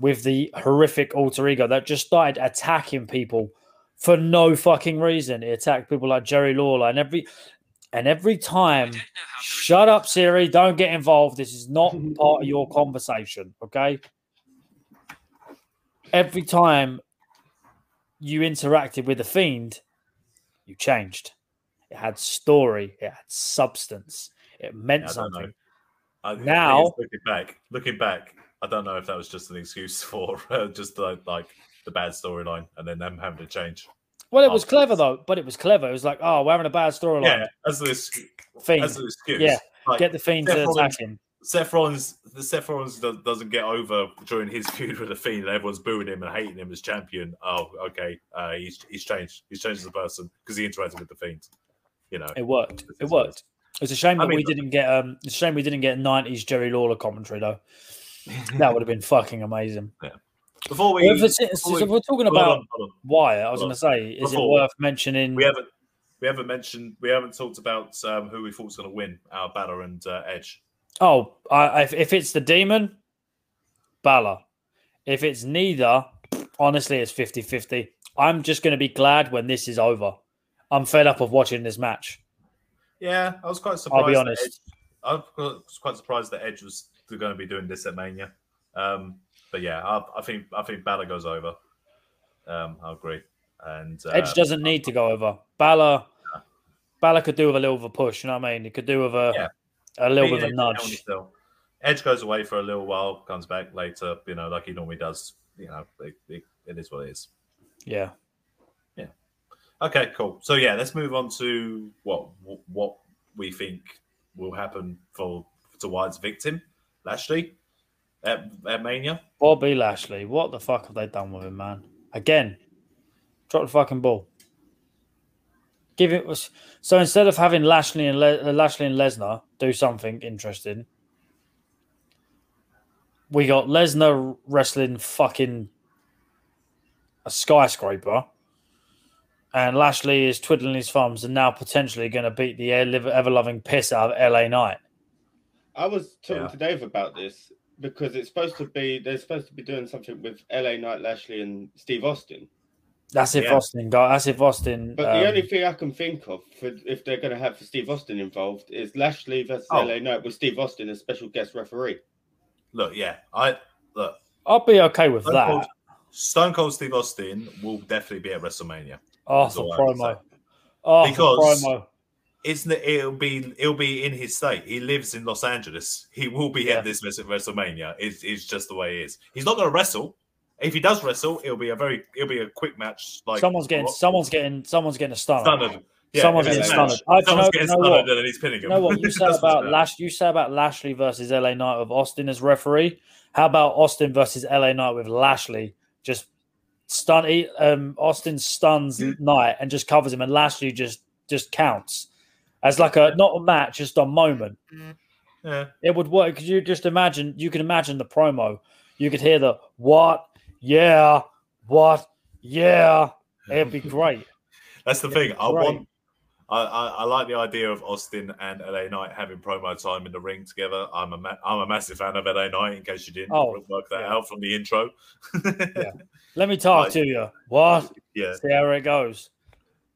D: with the horrific alter ego that just started attacking people for no fucking reason. He attacked people like Jerry Lawler and every and every time Shut up, Siri. Don't get involved. This is not part of your conversation. Okay. Every time you interacted with the fiend, you changed. It had story, it had substance, it meant
B: Yeah, I don't know.
D: something.
B: I, the thing
D: Now-
B: is, looking back, looking back, I don't know if that was just an excuse for uh, just the, like the bad storyline and then them having to change.
D: Well, it was
B: Afterwards.
D: clever though, but it was clever. It was like, oh, we're having a bad storyline.
B: Yeah, as an excuse.
D: fiend,
B: As an excuse.
D: Yeah,
B: Like,
D: get the fiend
B: Seth
D: to
B: Rollins-
D: attack him.
B: Seth Rollins, the Seth Rollins do- doesn't get over during his feud with the Fiend, and everyone's booing him and hating him as champion. Oh, okay, uh, he's he's changed. He's changed as a person because he interacted with the Fiend. You know,
D: It worked.
B: This
D: It
B: is what
D: worked. It's a shame
B: I
D: that
B: mean,
D: we didn't get um. It's a shame we didn't get nineties Jerry Lawler commentary though. That would have been fucking amazing.
B: before we,
D: Well, if it's- it's-
B: before we-
D: if we're talking
B: hold
D: about Mm.
B: on, hold on.
D: Wyatt, I was
B: Well,
D: going to say, is it
B: before-
D: worth mentioning?
B: we haven't we haven't mentioned we haven't talked about um, who we thought's going to win our Balor and uh, Edge.
D: oh, I, if, if it's the demon, Balor. If it's neither, honestly, it's 50 50. I'm just going to be glad when this is over. I'm fed up of watching this match.
B: Yeah, I was quite surprised.
D: I'll be
B: that Edge-
D: honest.
B: I was quite surprised that Edge was going to be doing this at Mania. Um, but yeah, I, I think I think Balor goes over. Um, I agree. And uh,
D: Edge doesn't need to go over. Balor, Balor could do with a little of a push. You know what I mean? He could do with a
B: Yeah.
D: a little bit of a
B: Edge- Hell in a
D: nudge.
B: Cell. Edge goes away for a little while, comes back later. You know, like he normally does. You know, it, it, it is what it is.
D: Yeah.
B: Okay, cool. So yeah, let's move on to what what we think will happen for to Wyatt's victim, Lashley, at, at Mania.
D: Bobby Lashley, what the fuck have they done with him, man? Again, drop the fucking ball. Give it was so instead of having Lashley and Le- uh, Lashley and Lesnar do something interesting, we got Lesnar wrestling fucking a skyscraper, and Lashley is twiddling his thumbs and now potentially going to beat the ever loving piss out of LA Knight.
C: I was talking
B: Yeah.
C: to Dave about this because it's supposed to be they're supposed to be doing something with LA Knight Lashley and Steve Austin.
D: That's if
B: Yeah.
D: Austin got. That's if Austin.
C: But
D: um,
C: the only thing I can think of for if they're going to have for Steve Austin involved is Lashley versus
B: Oh.
C: LA Knight with Steve Austin as special guest referee.
B: Look, yeah, I look
D: I'll be okay with
B: Stone
D: that.
B: Cold, Stone Cold Steve Austin will definitely be at WrestleMania.
D: Arthur
B: That's all I
D: Oh, promo.
B: have
D: Arthur
B: Because-
D: promo.
B: Isn't it? It'll be it'll be in his state. He lives in Los Angeles. He will be
D: Yeah.
B: at this Wrestle- WrestleMania. It's, it's just the way it is. He's not going to wrestle. If he does wrestle, it'll be a very it'll be a quick match. Like
D: someone's getting.
B: Rock-
D: Someone's getting. Someone's getting a stunner.
B: stunned. Yeah,
D: Oh, Someone's
B: it's a
C: getting
B: match.
D: stunned. I- do you
B: Someone's
D: know-
B: getting
D: you know
B: stunned,
D: what?
B: and then he's pinning
D: You
B: him.
D: know what you
B: That's
D: said about
B: fair.
D: Lash? You said about Lashley versus LA Knight with Austin as referee. How about Austin versus LA Knight with Lashley just stun? he- Um, Austin stuns
B: Mm.
D: Knight and just covers him, and Lashley just just counts as like a not a match, just a moment.
B: Yeah.
D: It would work. Could you just imagine? You can imagine the promo. You could hear the what, yeah, what, yeah. It'd be great.
B: That's the thing. I
D: Right.
B: want. I, I, I like the idea of Austin and LA Knight having promo time in the ring together. I'm a ma- I'm a massive fan of LA Knight. In case you didn't
D: Oh,
B: work that
D: yeah.
B: out from the intro.
D: Let me talk
B: Right.
D: to you. What?
B: Yeah,
D: See how it goes.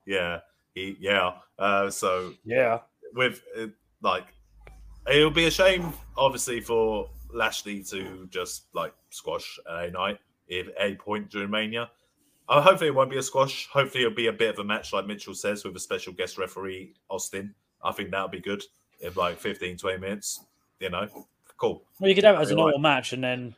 B: yeah, he, yeah. Uh, so
D: Yeah.
B: with uh, like, it'll be a shame, obviously, for Lashley to just like squash LA Knight if a point during Mania. Uh, hopefully, it won't be a squash. Hopefully, it'll be a bit of a match, like Mitchell says, with a special guest referee, Austin. I think that'll be good in like 15, 20 minutes. You know, cool.
D: Well, you could have it as a
B: You're right.
D: normal match, and then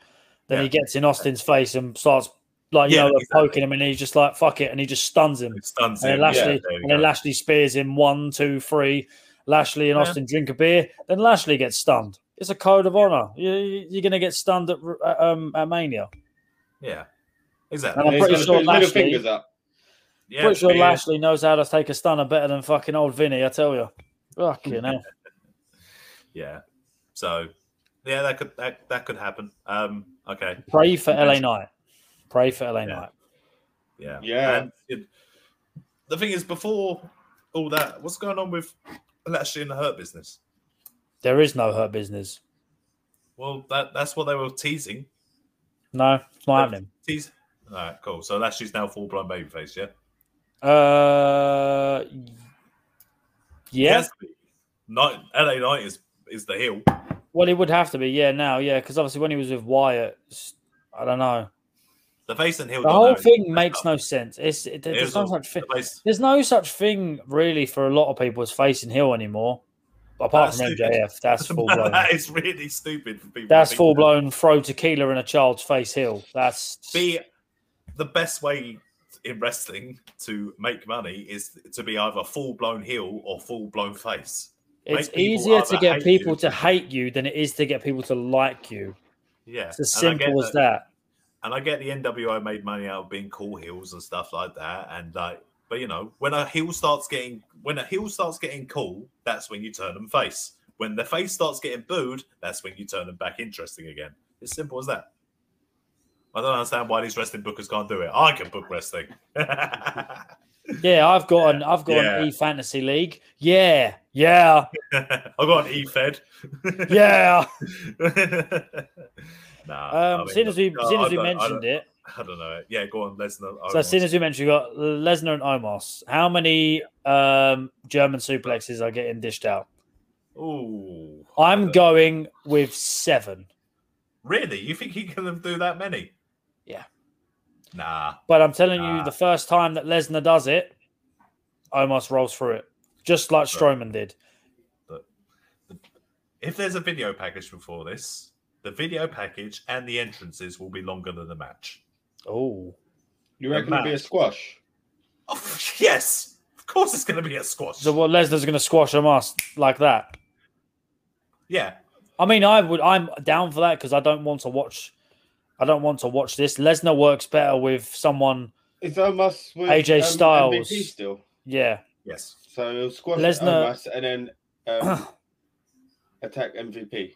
D: then he
B: Yeah.
D: gets in Austin's face and starts like you
B: Yeah,
D: know like,
B: exactly.
D: poking him, and he's just like fuck it, and he just stuns him.
B: It stuns
D: And then
B: him.
D: Lashley
B: Yeah, there we
D: and then
B: go.
D: Lashley spears him one, two, three. Lashley and
B: Yeah.
D: Austin drink a beer. Then Lashley gets stunned. It's a code of honor. You, you- you're going to get stunned at, at, um, at Mania.
B: yeah, exactly.
D: And I'm
C: And he's
D: pretty
C: gonna
D: sure
C: put his middle
D: Lashley-
C: fingers up.
B: Yeah,
D: Pretty sure
B: beer.
D: Lashley knows how to take a stunner better than fucking old Vinny. I tell you, fucking hell.
B: Yeah. So, yeah, that could that, that could happen. Um. Okay.
D: Pray for LA Knight. Pray for LA
B: Yeah.
D: Knight.
B: Yeah.
C: Yeah.
B: And it- the thing is, before all that, what's going on with Lashley and the Hurt business?
D: There is no hurt business.
B: Well, that that's what they were teasing.
D: No, it's not happening.
B: Tease. All right, cool. So Lashley's now full blown babyface, yeah.
D: Uh, yeah.
B: Yes. Night LA Knight is is the heel.
D: Well, it would have to be. Yeah, now, yeah, because obviously when he was with Wyatt, s- I don't know.
B: The face and heel.
D: The whole thing makes no sense. It's it,
B: It
D: there's
B: is
D: no
B: all-
D: such thing.
B: The face.
D: There's no such thing really for a lot of people as face and heel anymore. Apart
B: That's
D: from
B: stupid.
D: MJF, that's full blown.
B: that is really stupid for people. to
D: That's
B: think
D: full
B: that.
D: blown. Throw tequila in a child's face heel. That's
B: be the best way in wrestling to make money is to be either full blown heel or full blown face.
D: it's
B: make people
D: easier to
B: either
D: get
B: hate
D: people
B: you-
D: to hate you than it is to get people to like you.
B: Yeah,
D: It's as
B: and I get
D: simple as
B: that-
D: that.
B: And I get the NWO made money out of being cool heels and stuff like that. And like, but you know, when a heel starts getting when a heel starts getting cool, that's when you turn them face. When the face starts getting booed, that's when you turn them back interesting again. It's simple as that. I don't understand why these wrestling bookers can't do it. I can book wrestling.
D: Yeah, I've got an I've got an
B: Yeah.
D: e fantasy league. Yeah, yeah,
B: I got an E Fed.
D: yeah.
B: nah.
D: Um, seeing as we seeing as we
B: I
D: mentioned
B: don't,
D: it,
B: I don't know. Yeah, go on, oh, Lesnar.
D: so seeing as we mentioned, we got Lesnar and Omos. How many um German suplexes are getting dished out?
B: Ooh,
D: I'm going with seven,
B: really? You think he can do that many?
D: Yeah.
B: Nah.
D: but I'm telling you,
B: Ah.
D: the first time that Lesnar does it, Omos rolls through it, just like Strowman did.
B: If there's a video package before this, the video package and the entrances will be longer than the match.
D: Oh,
C: You reckon it'll be a
B: match.
C: squash?
B: Oh, yes, of course it's going to be a squash.
D: So what Lesnar's gonna squash him ass like that.
B: yeah,
D: I mean, I would. I'm down for that because I don't want to watch. I don't want to watch this. Lesnar works better with someone.
C: It's Omos with um,
D: AJ Styles.
C: MVP still.
D: Yeah,
B: yes.
C: So he'll squash
D: Lesnar-
C: Omos and then um, attack MVP.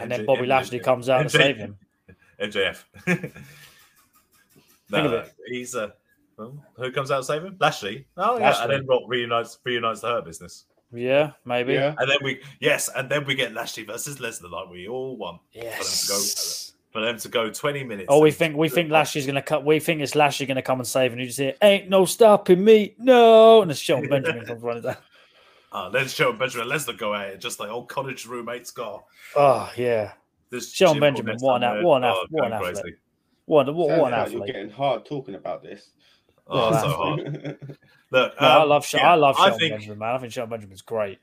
D: and then Bobby Lashley comes out and
B: MJ
D: save him.
B: MJF. no,
D: of
B: no,
D: it.
B: he's uh, well, who comes out and save him? Lashley. Oh yeah, and
D: Lashley.
B: then Rock reunites reunites the Hurt Business,
D: Yeah, maybe.
C: Yeah.
B: and then we yes, and then we get Lashley versus Lesnar like we all want
D: Yes.
B: for them to go twenty minutes.
D: Oh, we
B: and-
D: think we think Lashley's gonna cut. We think it's Lashley gonna come and save, and you just hear "Ain't no stopping me, no." And it's Shelton Benjamin comes running down.
B: Uh, then Shelton Benjamin and Lesnar go at it, just like old college roommates go.
D: Oh yeah,
B: This
D: Shelton
B: Jim
D: Benjamin,
B: Cornette's
D: what an
B: done
D: ath-
B: there.
D: what an
B: Oh,
D: ath- what an
B: going
D: athlete.
B: crazy.
D: what what
C: Sounds
D: what an
C: like You're
D: athlete!
C: getting hard talking about this.
B: Oh,
D: What an
B: so hard. Look,
D: No, I
B: um,
D: love Shelton.
B: yeah,
D: I love Shelton
B: I think
D: Benjamin, man. I think Shelton Benjamin's great.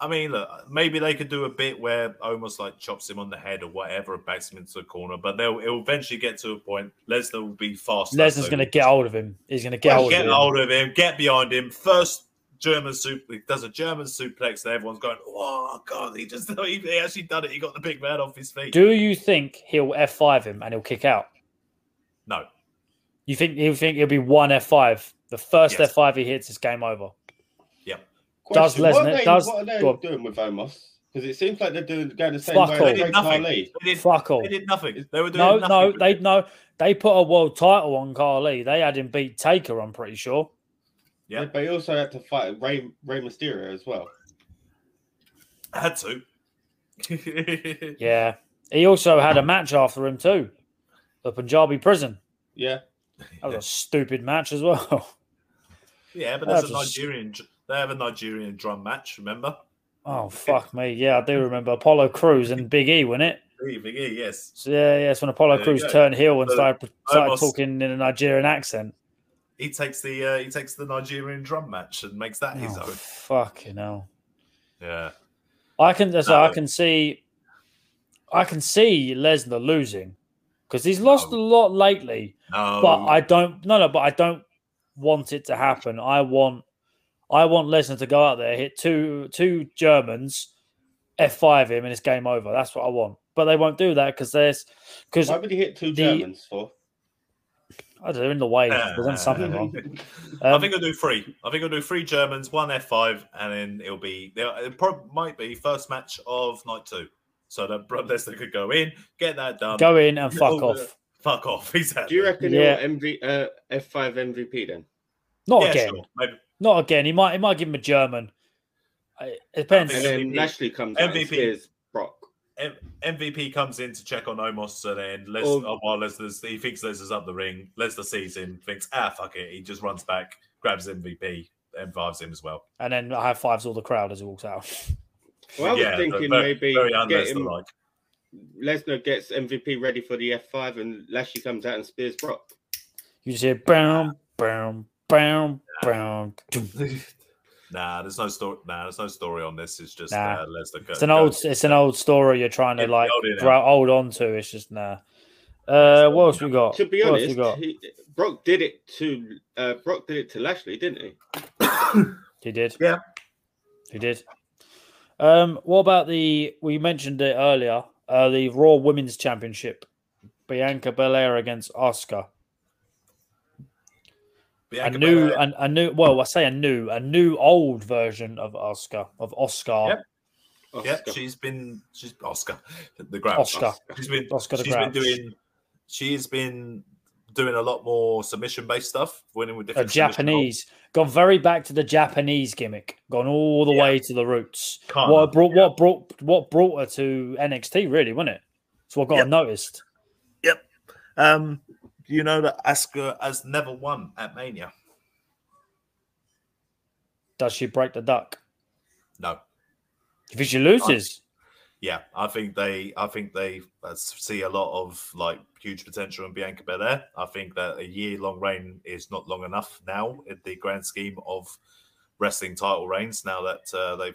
B: I mean, look, maybe they could do a bit where almost like chops him on the head or whatever, and backs him into a corner. But they'll it'll eventually get to a point. Lesnar will be fast.
D: Lesnar's gonna get hold of him. He's gonna get
B: get,
D: hold of him.
B: hold of him, get behind him. First German super he does a German suplex, and everyone's going, "Oh God, he just he, he actually done it. He got the big man off his feet."
D: Do you think he'll F five him and he'll kick out?
B: no,
D: You think you think it'll be one F five? The first
B: Yes.
D: F five he hits is game over. Does
C: Question, what,
D: Lesnar-
C: are they,
D: does-
C: what are they
D: go on.
C: doing with Omos? Because it seems like they're doing going the same
D: Fuck
C: way. as
D: all.
B: They did
C: Great
B: nothing.
C: Khali.
B: they did,
D: Fuck all.
B: they did nothing. They were doing
D: No,
B: nothing.
D: no, they no. They put a world title on Carly. They had him beat Taker. I'm pretty sure.
B: Yeah.
C: But he also had to fight Ray Ray Mysterio as well.
B: had to.
D: Yeah. He also had a match after him too, the Punjabi prison.
C: Yeah.
D: That was a stupid match as well.
B: yeah, but
D: That's
B: there's a
D: a s-
B: Nigerian. They have a Nigerian drum match. Remember?
D: Oh fuck me! Yeah, I do remember Apollo Cruz and Big E, wasn't it?
B: Hey, Big E, yes.
D: So, yeah, yeah. It's when Apollo
B: There you
D: Cruz
B: go.
D: turned heel and
B: So,
D: started, started
B: almost-
D: talking in a Nigerian accent.
B: He takes the uh, he takes the Nigerian drum match and makes that his
D: Oh,
B: own.
D: fucking hell!
B: Yeah.
D: I can so I
B: No.
D: can see I can see Lesnar losing because he's lost
B: No.
D: a lot lately.
B: No.
D: But I don't no no, but I don't want it to happen. I want I want Lesnar to go out there, hit two two Germans, F five him, and it's game over. That's what I want. But they won't do that because there's because
C: Why would he hit two
D: the-
C: Germans for?
D: I don't know, in the way.
B: Uh,
D: They've done something wrong.
B: I
D: Um,
B: think I'll do three. I think I'll do three Germans, one F five, and then it'll be it prob- might be first match of night two. So that Brock Lesnar could go in, get that done,
D: Um, go in and fuck
B: Oh,
D: off.
B: fuck off. Exactly.
C: Do you reckon
D: Yeah.
C: he'll MV, uh, F5 MVP then?
D: Not
B: yeah,
D: again.
B: sure. Maybe
D: Not again. He might he might give him a German. I- It depends.
C: And
B: think-
C: then
B: MVP.
C: Lashley comes out and
B: MVP.
C: spears Brock.
B: M- MVP comes in to check on Omos, and then Les-
C: Or-
B: oh, while Lesnar's, he thinks Lesnar's up the ring. Lesnar sees him, thinks, ah, fuck it. He just runs back, grabs MVP, and fives him as well.
D: And then high fives all the crowd as he walks out.
C: Well, I was
B: Yeah,
C: thinking
B: very-
C: maybe
B: very
C: get him,
B: un-Lesnar-like.
C: Lesnar gets MVP ready for the F5 and Lashley comes out and spears Brock.
D: You just hear brown, brown, brown, brown.
B: Nah, there's no story. Nah, there's no story on this. It's just
D: Nah.
B: uh, Lesnar.
D: It's an old, it's an old story. You're trying to
B: Yeah,
D: like
B: hold it out.
D: grow, hold on to. It's just nah. Uh, what else we got?
C: To be
D: What else
C: honest,
D: we got?
C: he, Brock did it to uh, Brock did it to Lashley, didn't he?
D: He did.
B: Yeah.
D: He did. Um, what about the? We mentioned it earlier. Uh, the Raw Women's Championship, Bianca Belair against Oscar. A
B: Bianca
D: new, uh,
B: Belair-
D: an, a new. Well, I say a new, a new old version of Oscar of Oscar.
B: Yep. Yep,
C: Oscar.
B: she's been she's Oscar, the Grouch.
D: Oscar.
B: She's been
D: Oscar the
B: she's been
D: Grouch.
B: doing she's been doing a lot more submission based stuff, winning with
D: A
B: different submission holds.
D: Uh, Japanese gone very back to the Japanese gimmick, gone all the
B: Yeah.
D: way to the roots.
B: Kinda,
D: what brought what brought what brought her to NXT really, wasn't it? It's what got
B: Yep.
D: her noticed.
B: Um, you know that Asuka has never won at Mania.
D: Does she break the duck?
B: No,
D: You think she loses?
B: yeah, I think they, I think they uh, see a lot of like huge potential in Bianca Belair. I think that a year long reign is not long enough now in the grand scheme of wrestling title reigns. Now that uh, they've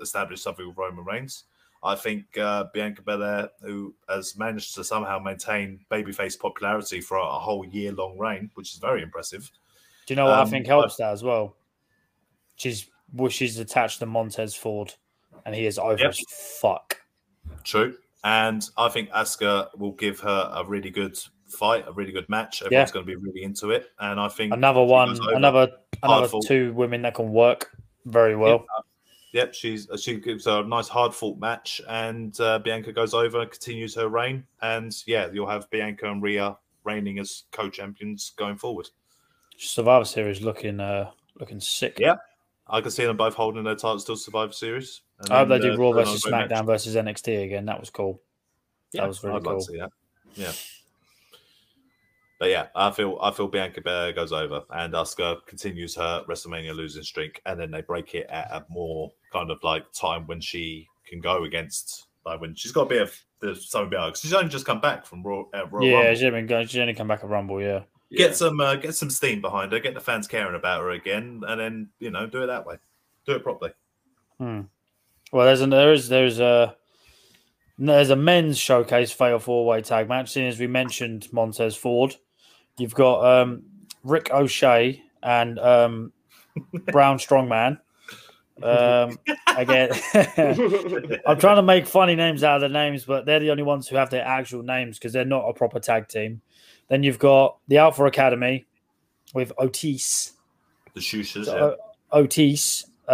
B: established something with Roman Reigns, I think uh, Bianca Belair, who has managed to somehow maintain babyface popularity for a whole year long reign, which is very impressive.
D: Do you know what
B: Um,
D: I think helps that as well? She's well, she's attached to Montez Ford, and he is over
B: Yep.
D: as fuck.
B: True. And I think Asuka will give her a really good fight, a really good match. Everyone's
D: Yeah.
B: going to be really into it. And I think,
D: Another
B: she
D: one,
B: goes over.
D: another another
B: Hardful.
D: two women that can work very well.
B: yep, she's she gives her a nice hard fought match. And uh, Bianca goes over and continues her reign. And yeah, you'll have Bianca and Rhea reigning as co champions going forward.
D: Survivor Series looking uh looking sick.
B: Yeah. I can see them both holding their titles till Survivor Series. And
D: I hope they
B: then, uh,
D: do Raw
B: another
D: versus
B: great match.
D: SmackDown versus NXT again. That was cool. that was really
B: I'd like
D: cool.
B: to see that. Yeah. But yeah, I feel I feel Bianca Belair goes over and Asuka continues her WrestleMania losing streak, and then they break it at a more kind of like time when she can go against like when she's got a bit of the something behind. She's only just come back from Raw. Uh, Royal
D: yeah,
B: Rumble.
D: she's been going. She's only come back at Rumble. Yeah,
B: get some uh, get some steam behind her, get the fans caring about her again, and then you know do it that way, do it properly.
D: Hmm. Well, there's an, there is there's a there's a men's showcase fatal four way tag match. Seeing as we mentioned Montez Ford, you've got um, Rick O'Shea and um, Brown Strongman. Um, again, I'm trying to make funny names out of the names, but they're the only ones who have their actual names because they're not a proper tag team. Then you've got the Alpha Academy with Otis,
B: The shooters.
D: So, uh,
B: yeah.
D: Otis. Uh,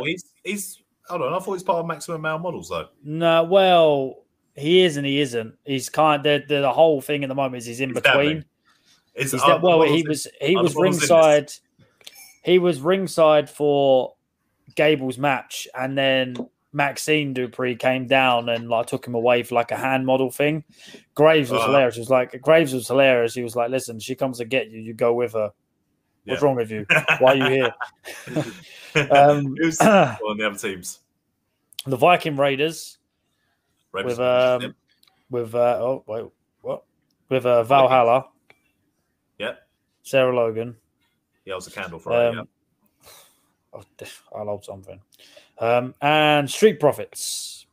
B: oh, he's he's. Hold on, I thought he's part of Maximum Male Models though.
D: No, well, he is and he isn't. He's kind. The the, the whole thing at the moment is he's in
B: He's
D: between.
B: dabbling. Is
D: He's that, well, he
B: Models-
D: was he
B: are the
D: was
B: Royals in this?
D: ringside. He was ringside for Gable's match, and then Maxine Dupree came down and like took him away for like a hand model thing. Graves was
B: Uh-huh.
D: hilarious. He was like Graves was hilarious. He was like, "Listen, she comes to get you. You go with her. What's
B: Yeah.
D: wrong with you? Why are you here?" Um,
B: Who's on the other teams?
D: the Viking Raiders.
B: Ravens.
D: with um with uh oh wait what with uh Valhalla.
B: Yep.
D: Sarah Logan.
B: yeah, it was a candle for
D: Um,
B: yeah.
D: oh, diff- I'll hold something. Um and Street Profits.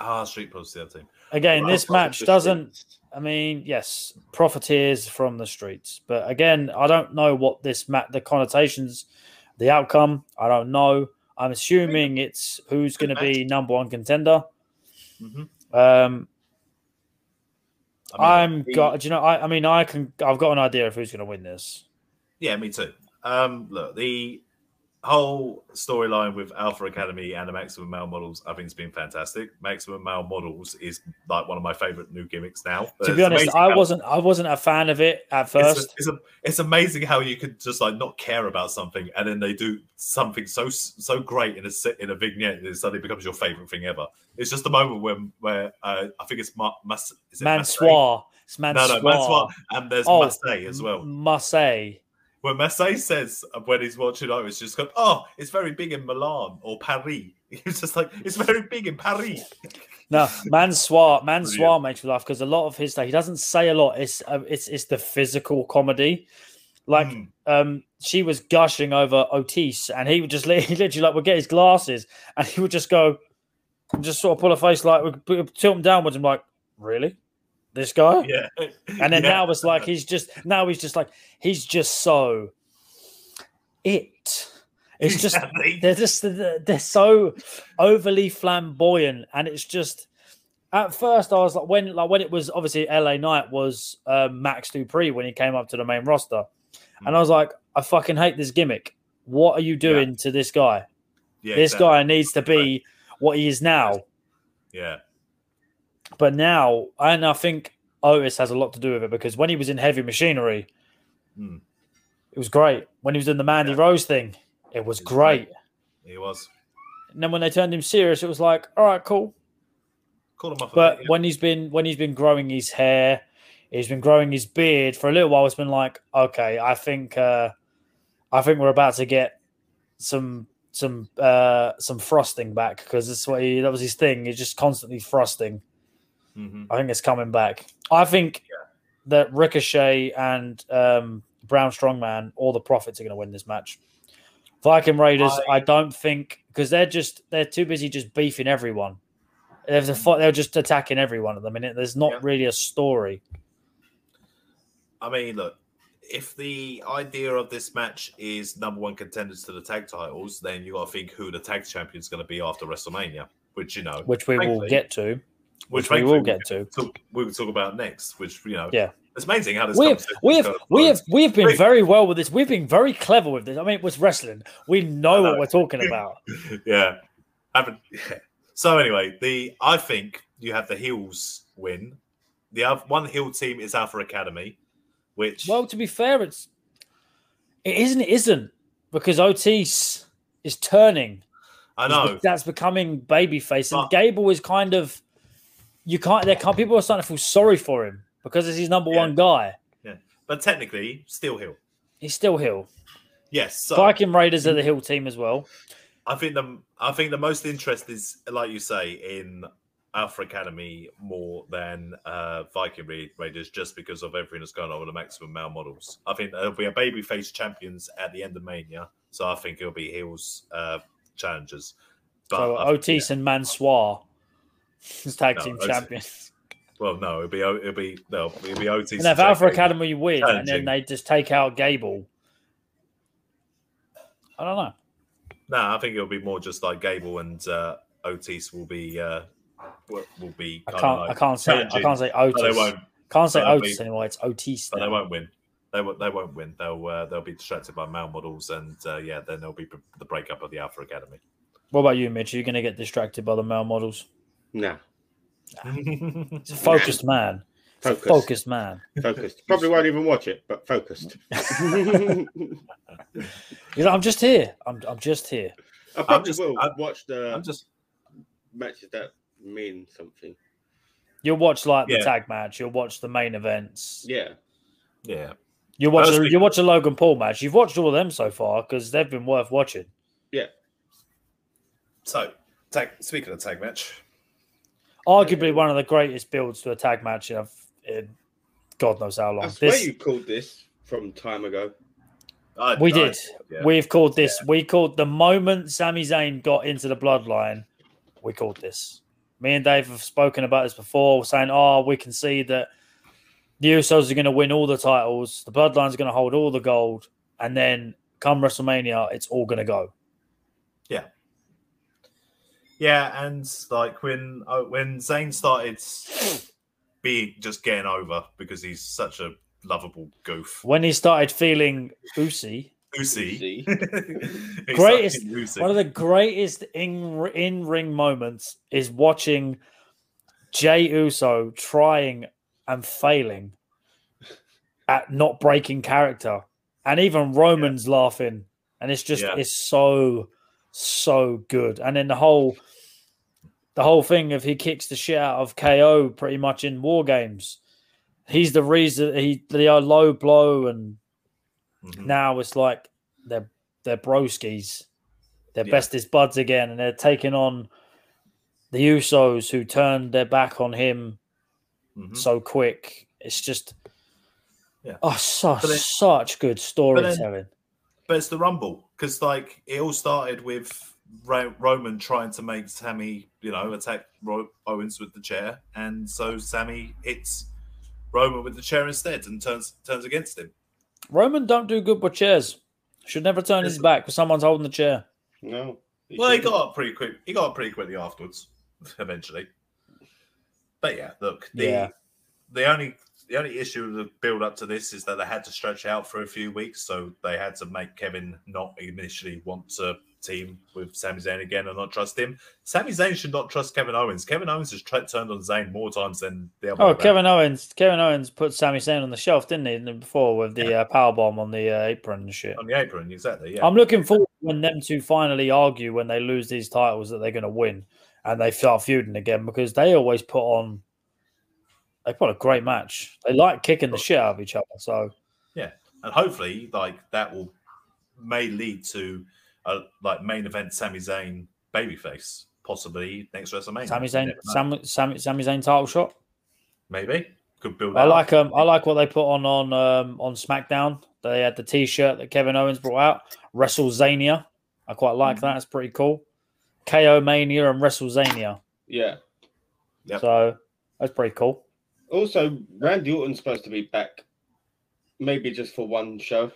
B: Ah, Street Profits the other team.
D: Again,
C: Well,
D: this
C: I'll
D: match
C: just-
D: doesn't I mean, yes, profiteers from the streets. But again, I don't know what this match the connotations, the outcome, I don't know. I'm assuming it's who's
B: Good
D: gonna be number one contender.
B: Mhm.
D: Um
B: I mean,
D: I'm got. Do you know? I, I mean, I can. I've got an idea of who's going to win this.
B: yeah, me too. Um, look, the whole storyline with Alpha Academy and the Maximum Male Models, I think, has been fantastic. Maximum Male Models is like one of my favorite new gimmicks now.
D: to
B: It's
D: be honest,
B: amazing
D: I
B: how-
D: wasn't. I wasn't a fan of it at
B: It's,
D: first.
B: it's, a- it's amazing how you could just like not care about something, and then they do something so so great in a se- in a vignette that it suddenly becomes your favorite thing ever. It's just a moment when where uh, I think it's Ma- Mas- is it Massey?
D: Mansoir. It's
B: No, no,
D: Mansoir.
B: Mansoir, and there's
D: Oh,
B: Massey as well.
D: Marseille.
B: When Massey says uh, when he's watching, oh, it's just go, oh, it's very big in Milan or Paris. It's just like it's very big in Paris.
D: No, Mansoir. Mansoir
B: Brilliant.
D: makes me laugh because a lot of his stuff he doesn't say a lot. It's uh, it's it's the physical comedy. Like
B: Mm.
D: um, she was gushing over Otis, and he would just li- he literally like would get his glasses, and he would just go, just sort of pull a face like would p- tilt him downwards. and like, really, this guy?
B: yeah,
D: And then
B: Yeah.
D: now it's like he's just now he's just like he's just so it. It's just
B: Exactly.
D: they're just they're they're so overly flamboyant, and it's just at first I was like when like when it was obviously LA Knight was uh, Max Dupree when he came up to the main roster, and I was like I fucking hate this gimmick. What are you doing to this guy?
B: yeah,
D: this
B: exactly.
D: guy needs to be what he is now.
B: yeah,
D: But now, and I think Otis has a lot to do with it because when he was in Heavy Machinery,
B: Hmm.
D: it was great. When he was in the Mandy
B: Yeah.
D: Rose thing, it was
B: It was
D: great.
B: great. he was
D: And then when they turned him serious, it was like, all right, cool.
B: call him off. a
D: But
B: bit, yeah.
D: when he's been when he's been growing his hair, he's been growing his beard for a little while. It's been like, okay, I think uh, I think we're about to get some some uh, some frosting back because that's what he that was his thing. He's just constantly frosting.
B: Mhm.
D: I think it's coming back. I think that Ricochet and um, Brown Strongman, all the profits are going to win this match. Viking Raiders, I, don't think because they're just they're too busy just beefing everyone. There's a fight, they're just attacking everyone at the minute. There's not
B: Yeah.
D: really a story.
B: I mean, look, if the idea of this match is number one contenders to the tag titles, then you got to think who the tag champion's going to be after WrestleMania, which you know,
D: which we will
B: Frankly.
D: get to.
B: which,
D: we
B: thankfully
D: will get to.
B: We'll talk, we'll talk about next. Which you know,
D: Yeah.
B: it's amazing how this.
D: We have,
B: conversation's
D: we have,
B: gone
D: we have,
B: forward.
D: we have been
B: Great.
D: very well with this. We've been very clever with this. I mean, it was wrestling. We know
B: know.
D: what we're talking about.
B: yeah. Haven't, yeah. So anyway, the I think you have the heels win. The other, one heel team is Alpha Academy, which
D: Well, to be fair, it's it isn't. It isn't because Otis is turning.
B: I
D: He's be-
B: know.
D: that's becoming babyface, and
B: But-
D: Gable is kind of you can't. There can't. People are starting to feel sorry for him because it's his number
B: Yeah.
D: one guy.
B: But technically, still heel.
D: He's still heel.
B: Yes. So
D: Viking Raiders are the heel team as well.
B: I think the I think the most interest is, like you say, in Alpha Academy more than uh, Viking Ra- Raiders, just because of everything that's going on with the maximum male models. I think there'll be a babyface champions at the end of Mania, so I think it'll be heels uh, challengers. But
D: so
B: I-
D: Otis and Mansoir as tag
B: No,
D: team
B: Otis-
D: champions.
B: well, no, it'll be O- it'll be no, it'll be OT.
D: And if Alpha Academy win, and then
B: Challenging.
D: they just take out Gable. I don't know.
B: No, I think it'll be more just like Gable and uh, Otis will be uh, will will be.
D: I
B: kinda
D: can't.
B: like
D: I can't say. I
B: challenging,
D: can't say
B: but they
D: Otis.
B: won't.
D: Can't say
B: but they'll
D: Otis
B: be-
D: anymore. It's Otis.
B: but they
D: now.
B: won't win. They won't. They won't win. They'll uh, they'll be distracted by male models, and uh, yeah, then there'll be the breakup of the Alpha Academy.
D: What about you, Mitch? Are you going to get distracted by the male models?
C: Nah,
D: He's a focused man.
C: focused, focused,
D: Focused man.
C: focused. Probably won't even watch it, but focused. I
D: He's like, I'm just here. I'm, I'm just here.
C: probably
B: just-
C: will
B: I'm-
C: watch the
B: I'm just
C: matches that mean something.
D: You'll watch like the
B: Yeah.
D: tag match. You'll watch the main events.
C: Yeah,
B: yeah.
D: You watch.
B: Well,
D: A,
B: speak-
D: you watch a Logan Paul match. You've watched all of them so far because they've been worth watching.
B: So, tag, speaking of tag match,
D: Arguably one of the greatest builds to a tag match in, in God knows how long.
C: I swear
D: This-
C: you called this from time ago.
B: I-
D: we
B: I-
D: did.
B: yeah.
D: We've called this. We called the moment Sami Zayn got into the bloodline. We called this. Me and Dave have spoken about this before, saying, "Oh, we can see that the Usos are going to win all the titles. The Bloodline's going to hold all the gold, and then come WrestleMania, it's all going to go."
B: Yeah, and like when uh, when Zayn started being just getting over because he's such a lovable goof.
D: When he started feeling oozy,
B: Lucy,
C: See?
D: Greatest-
B: Lucy.
D: one of the greatest in in ring moments is watching Jay Uso trying and failing at not breaking character, and even Roman's laughing, and it's just
B: Yeah.
D: it's so so good. And then the whole the whole thing of he kicks the shit out of KO pretty much in War Games. He's the reason he the uh, low blow and
B: Mhm.
D: now it's like they're they're broskies, they're
B: Yeah.
D: bestest buds again, and they're taking on the Usos who turned their back on him
B: Mhm.
D: so quick. It's just
B: Yeah.
D: oh, so,
B: But then-
D: such good storytelling.
B: But it's the Rumble because, like, it all started with Ro- Roman trying to make Sammy, you know, attack Ro- Owens with the chair, and so Sammy hits Roman with the chair instead and turns turns against him.
D: Roman don't do good with chairs. Should never turn his
B: Listen.
D: back because someone's holding the chair.
C: No. you
B: Well, he
C: shouldn't.
B: got up pretty quick. He got up pretty quickly afterwards, eventually. But yeah, look, the
D: Yeah.
B: the only the only issue with the build up to this is that they had to stretch out for a few weeks, so they had to make Kevin not initially want to team with Sami Zayn again and not trust him. Sami Zayn should not trust Kevin Owens. Kevin Owens has tra- turned on Zayn more times than the other. way
D: Oh,
B: around.
D: Kevin Owens! Kevin Owens put Sami Zayn on the shelf, didn't he? Before with the uh, power bomb on the uh, apron and shit.
B: on the apron, exactly. Yeah,
D: I'm looking forward to when them two finally argue when they lose these titles that they're going to win and they start feuding again because they always put on they put a great match. They like kicking the shit out of each other. So
B: and hopefully, like that will may lead to a like main event Sami Zayn babyface, possibly next WrestleMania.
D: Sami
B: You
D: Zayn,
B: never know.
D: Sami, Sami, Sami Zayn title shot.
B: maybe could build.
D: I
B: that
D: like
B: up.
D: um I like what they put on on um, on SmackDown. They had the T-shirt that Kevin Owens brought out, WrestleZania. I quite
B: Mm.
D: like that. It's pretty cool. KO Mania and WrestleZania.
C: Yeah.
B: Yep.
D: So that's pretty cool.
C: Also, Randy Orton's supposed to be back maybe just for one show.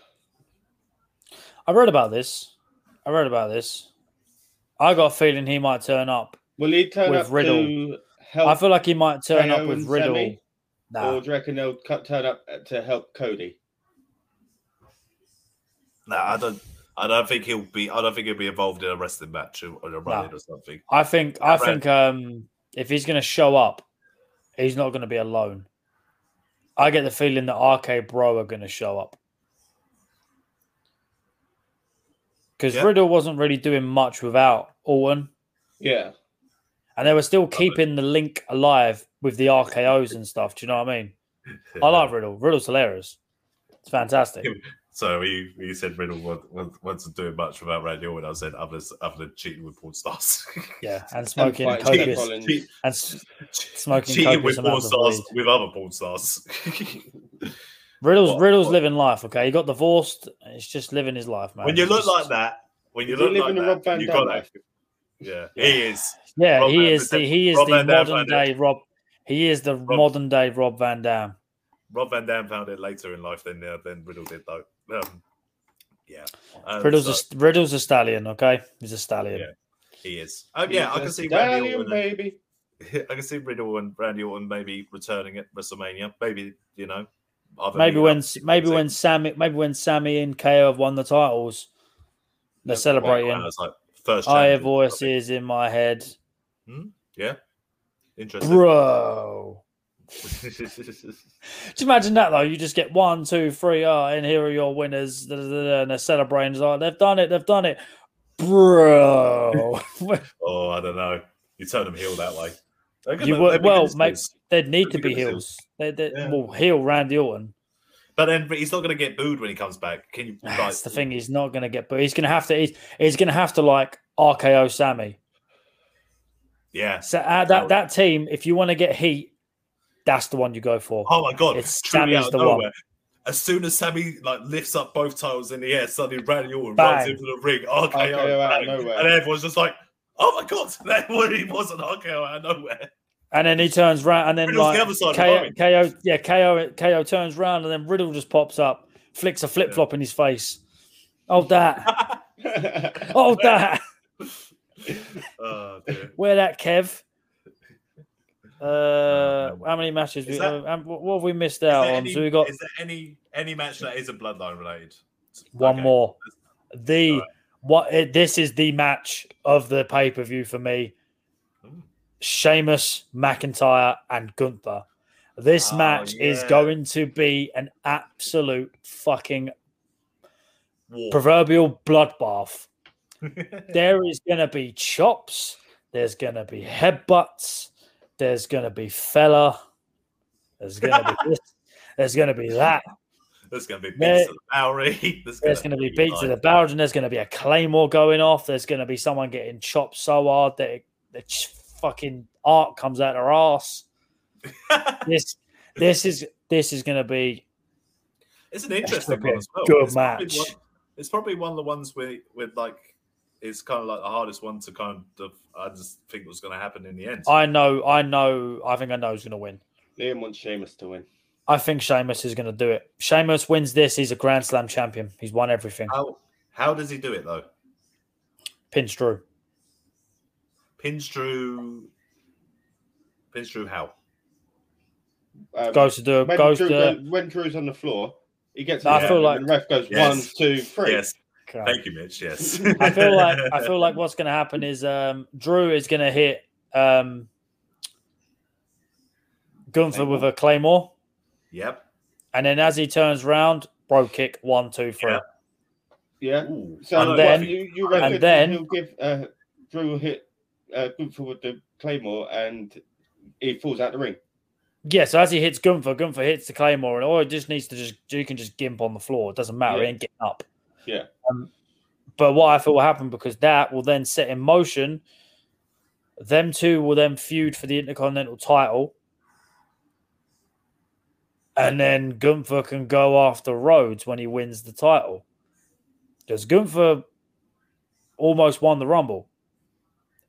D: I read about this. I read about this. I got a feeling he might turn up.
C: Will he turn
D: With
C: up
D: Riddle.
C: to
D: I
C: help?
D: feel like he might turn
C: Rayo
D: up with
C: and
D: Riddle.
C: Sammy?
D: Nah,
C: Or do you reckon they'll cut, turn up to help Cody?
B: No, I don't. I don't think he'll be. I don't think he'll be involved in a wrestling match or, or a run-in or something.
D: I think I
B: Right.
D: think um, if he's going to show up, he's not going to be alone. I get the feeling that RK Bro are going to show up because
B: Yeah.
D: Riddle wasn't really doing much without Orton,
C: Yeah,
D: and they were still keeping the link alive with the RKO's and stuff. Do you know what I mean? I like Riddle. Riddle's hilarious. It's fantastic.
B: So you, you said Riddle was, was, wasn't doing much without Randy Orton. I said other other than cheating with porn stars.
D: Yeah, and
C: And
D: smoking
C: fight Seth
D: copious
C: Rollins.
B: Cheat-
D: and s- smoking
B: cheating with
D: copious
B: porn
D: amounts of
B: stars
D: weed.
B: with other porn stars.
D: Riddle's
B: What-
D: Riddle's
B: what-
D: living life. Okay, he got divorced. It's just living his life, man.
B: when you
D: It's
B: look
D: just-
B: like that, when you
C: Is he
B: look like
C: living a Rob
B: that,
C: Van
B: you
C: Dam
B: got
C: life?
B: that. Yeah, he is.
D: yeah,
B: Rob
D: he
B: Van
D: is the
B: Dam-
D: he is
B: Rob
D: the
B: Van Dam
D: modern
B: found it.
D: day Rob. He is the modern day Rob Van Dam.
B: Rob Van Dam found it later in life than uh, than Riddle did, though. Um, yeah, Uh,
D: Riddle's
B: so
D: a Riddle's a stallion. Okay, he's a stallion.
B: Yeah. he is. Um, yeah, I can
C: He's a
B: see Randy
C: stallion,
B: Orton. and-
C: baby.
B: I can see Riddle and Randy Orton maybe returning at WrestleMania. Maybe you know, other
D: Maybe
B: leader.
D: when maybe
B: Take-
D: when Sammy maybe when Sammy and KO have won the titles, they're
B: Wow,
C: Yeah,
D: celebrating.
B: it's like first.
D: I have
B: champion.
D: voices in my head,
B: Interesting.
D: bro. Just imagine that though. You just get one, two, three, oh, and here are your winners, da, da, da, da, and they're celebrating. It's like, they've done it, they've done it, bro.
B: oh, I don't know. You turn them heel that way. They're
D: You
B: gonna-
D: would-
B: they'd be
D: well,
B: good
D: mate-
B: as heels.
D: They'd need
B: Who's
D: to
B: he
D: be
B: gonna sue?
D: heels. They, they
B: Yeah.
D: will heel Randy Orton.
B: but then he's not going to get booed when he comes back. Can you? Like,
D: That's the thing. He's not going to get, but he's going to have to. He's, he's going to have to like RKO Sammy.
B: Yeah.
D: So uh,
B: Oh.
D: that that team, if you want to get heat, that's the one you go for.
B: Oh my god!
D: It's
B: truly
D: Sammy's
B: out of
D: the one.
B: nowhere. As soon as Sammy like lifts up both titles in the air, suddenly Randy Orton
D: Bang.
B: runs into the ring. RKO,
C: RKO out
B: bang.
C: of nowhere.
B: and everyone's just like, "Oh my god!" That really was an RKO out of nowhere.
D: And then he turns round, and then
B: Riddle's
D: like
B: the other side of the
D: KO,
B: ring.
D: KO, yeah, KO, KO turns round, and then Riddle just pops up, flicks a flip flop in his face. Oh that, oh that,
B: Oh, dear.
D: where that Kev? Uh,
B: no way.
D: how many matches? We,
B: Is that-
D: uh, um, what what have we missed
B: Is
D: out
B: there
D: on?
B: any-
D: so we got
B: Is there any any match that isn't bloodline related?
D: One
B: Okay.
D: more. The
B: Alright.
D: what? It, this is the match of the pay per view for me.
B: Hmm.
D: Sheamus, McIntyre, and Gunther. This
B: Oh,
D: match is
B: yeah.
D: going to be an absolute fucking
B: War.
D: proverbial bloodbath. there is going to be chops. There's going to be headbutts. There's going to be fella. There's going to be this. There's going to be that.
B: There's going to be
D: There-
B: beats to the Bowery.
D: There's going to be beats to the barrage, and there's going to be a claymore going off. There's going to be someone getting chopped so hard that it, the ch- fucking art comes out their ass. this, this is this is going to be
B: It's an interesting
D: gonna
B: one
D: be a
B: as well.
D: good
B: it's probably
D: match.
B: one- it's probably one of the ones with with like it's kind of like the hardest one to kind of I just think was going to happen in the end.
D: I know, I know, I think I know who's going to win.
C: Liam wants Sheamus to win.
D: I think Sheamus is going to do it. Sheamus wins this. He's a Grand Slam champion. He's won everything.
B: how how does he do it though?
D: Pins Drew.
B: Pins Drew. Pins Drew how?
C: Um,
D: Goes to do.
C: when,
D: Goes
C: Drew,
D: to.
C: when Drew's on the floor, he gets.
D: No, I
C: him down,
D: feel like-
C: and the ref goes
B: Yes.
C: one, two, three.
B: Yes,
D: God.
B: thank you, Mitch. Yes,
D: I feel like I feel like what's going to happen is um, Drew is going to hit um, Gunther with a claymore,
B: yep.
D: and then as he turns round, bro kick one, two, three.
B: Yeah.
C: Yeah.
B: Ooh,
C: So
B: I know
D: And then-
B: what he-
C: you, you reckon
D: then-
C: he'll give uh, Drew will hit uh, Gunther with the claymore and he falls out the ring.
D: Yeah, so as he hits Gunther, Gunther hits the claymore, and oh, it just needs to just you can just gimp on the floor. It doesn't matter. He
C: Yeah.
D: ain't getting up.
C: Yeah.
D: Um, but what I feel will happen because that will then set in motion. Them two will then feud for the Intercontinental title, and then Gunther can go after Rhodes when he wins the title. Because Gunther almost won the Rumble.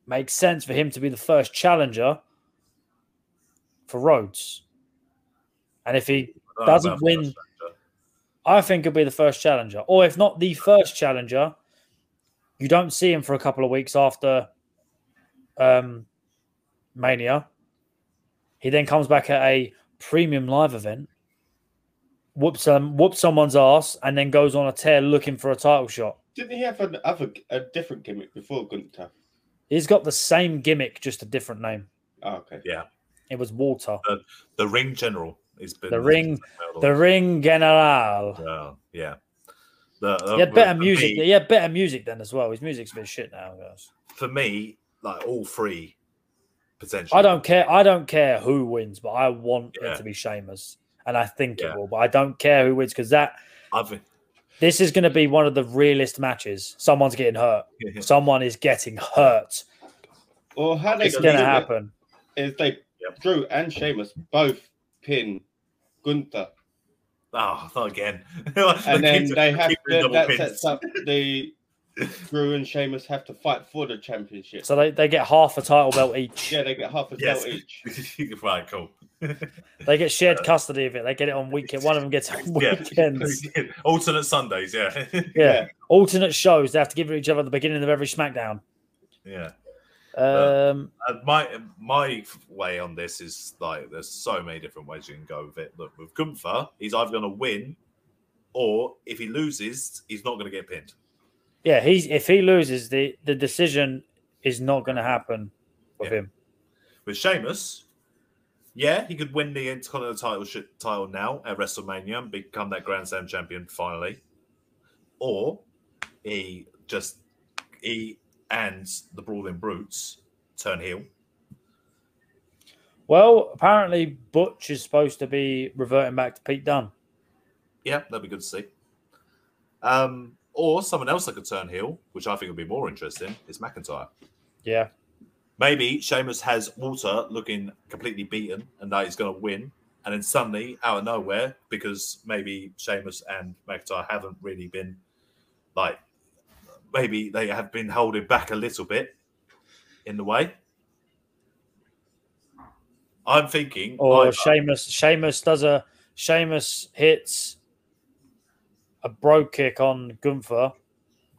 D: Makes sense for him to be the first challenger for Rhodes. And if he
B: I don't know
D: doesn't
B: Oh, about
D: win-
B: Flash Factor.
D: I think he'll be the first challenger, or if not the first challenger, you don't see him for a couple of weeks after um, Mania. He then comes back at a premium live event, whoops um, whoops someone's ass, and then goes on a tear looking for a title shot.
C: Didn't he have an other a different gimmick before Gunther?
D: He's got the same gimmick, just a different name.
C: Oh, okay.
D: It was Walter,
B: The ring general has been
D: The ring- the Ring General.
B: Uh, yeah. The, the-
D: He had better
B: for
D: music.
B: me-
D: He had better music then as well. His music's a bit shit now, guys.
B: for me, like all three potentially.
D: I don't care. I don't care who wins, but I want
B: Yeah.
D: it to be Sheamus, and I think
B: Yeah.
D: it will. But I don't care who wins because that
B: I've,
D: this is going to be one of the realest matches. Someone's getting hurt. Someone is getting hurt.
C: Or how they
D: It's
C: did
D: going to
C: it
D: happen.
C: is they
B: Yep.
C: Drew and Sheamus both pin Gunther,
B: oh, not again.
C: and then they have
B: to
C: that, that sets up the Drew and Sheamus have to fight for the championship.
D: So they, they get half a title belt each.
C: yeah, they get half a
B: Yes.
C: belt each.
B: right, cool.
D: They get shared custody of it. They get it on weekend. One of them gets it on
B: Yeah.
D: weekends.
B: Alternate Sundays, yeah.
D: Yeah. Alternate shows. They have to give it to each other at the beginning of every SmackDown.
B: yeah.
D: Um,
B: Uh, my my way on this is like there's so many different ways you can go with it. Look, with Gunther, he's either going to win, or if he loses, he's not going to get pinned.
D: yeah, he's if he loses, the, the decision is not going to happen with
B: Yeah.
D: him.
B: With Sheamus, yeah, he could win the Intercontinental title sh- title now at WrestleMania and become that Grand Slam champion finally, or he just he and the Brawling Brutes turn heel.
D: Well, apparently Butch is supposed to be reverting back to Pete Dunne.
B: Yeah, that'd be good to see. Um, or someone else that could turn heel, which I think would be more interesting, is McIntyre.
D: Yeah.
B: Maybe Sheamus has Walter looking completely beaten and that he's going to win. And then suddenly, out of nowhere, because maybe Sheamus and McIntyre haven't really been like, maybe they have been holding back a little bit in the way. I'm thinking,
D: Or
B: either-
D: Sheamus Sheamus does a Sheamus hits a bro kick on Gunther,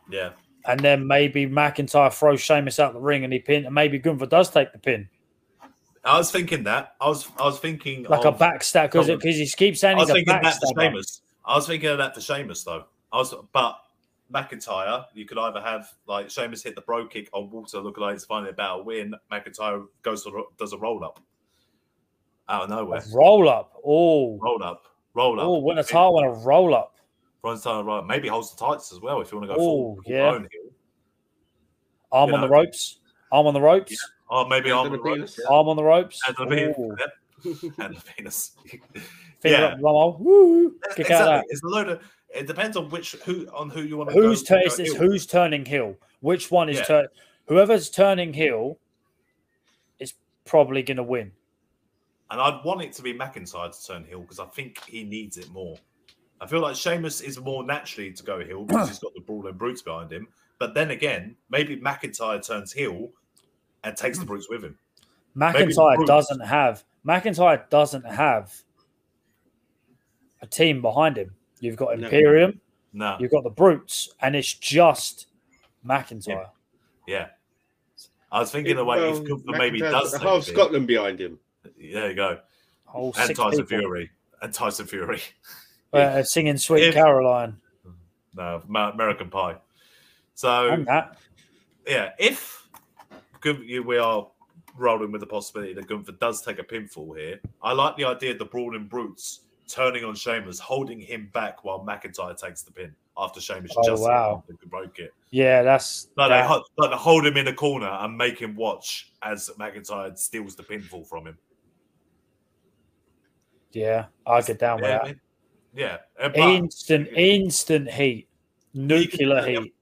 B: yeah,
D: and then maybe McIntyre throws Sheamus out the ring and he pin and maybe Gunther does take the pin.
B: I was thinking that. I was, I was thinking
D: Like
B: of,
D: a backstab because
B: Goldberg.
D: because he keeps saying
B: Oh, I was
D: he's a
B: thinking that for
D: backstabber.
B: Sheamus. I was thinking of that for Sheamus though. I was, but McIntyre, you could either have like Sheamus hit the bro kick on Walter, looking like he's finally about to win. McIntyre goes to, does a roll up out of nowhere.
D: Roll up. Oh,
B: Roll up, roll up.
D: oh, win a title, win a roll up.
B: Runs down the right. Maybe holds the tights as well if you want to go.
D: Oh,
B: full- full
D: yeah.
B: blown heel.
D: Arm
B: You
D: on
B: know.
D: the ropes. Arm on the ropes.
B: Oh, maybe
C: Hand
B: arm on
C: on the
B: the ropes.
C: penis.
B: Yeah.
D: Arm on the ropes.
B: Hand on the penis.
D: Ooh.
B: Yep. Hand on the penis.
D: Finger
B: Yeah.
D: up the bum hole. Woo. Kick
B: exactly.
D: out of
B: It's a load of. It depends on which who on who you want
D: that.
B: to.
D: Who's
B: go,
D: turn? It's,
B: go
D: it's
B: heel.
D: who's turning heel? Which one is
B: Yeah.
D: turn? Whoever's turning heel is probably going to win.
B: And I'd want it to be McIntyre to turn heel because I think he needs it more. I feel like Sheamus is more naturally to go heel because he's got the Brawling Brutes behind him. But then again, maybe McIntyre turns heel and takes
D: Hmm.
B: the Brutes with him.
D: McIntyre
B: Bruce.
D: doesn't have McIntyre doesn't have a team behind him. You've got
C: No.
D: Imperium,
B: No,
D: you've got the Brutes, and it's just McIntyre.
B: yeah. I was thinking the way if Gunther maybe
C: McIntyre's
B: does.
C: got
B: take
C: the whole
B: the big-
C: Scotland behind him.
B: There you go.
D: Whole
B: And
D: six
B: Tyson
D: people,
B: Fury. And Tyson Fury.
D: uh, singing "Sweet
B: If-
D: Caroline"
B: No, Ma- American Pie. So
D: and that.
B: yeah, if Gun- you- we are rolling with the possibility that Gunther does take a pinfall here, I like the idea of the brawling brutes turning on Sheamus, holding him back while McIntyre takes the pin after Sheamus
D: Oh,
B: just
D: wow.
B: broke it.
D: Yeah, that's
B: No, they,
D: that-
B: ho- like they hold him in a corner and make him watch as McIntyre steals the pinfall from him.
D: yeah. I get down with
B: yeah,
D: that.
B: I mean, yeah. Uh, but-
D: instant, instant heat, nuclear
B: Yeah.
D: heat.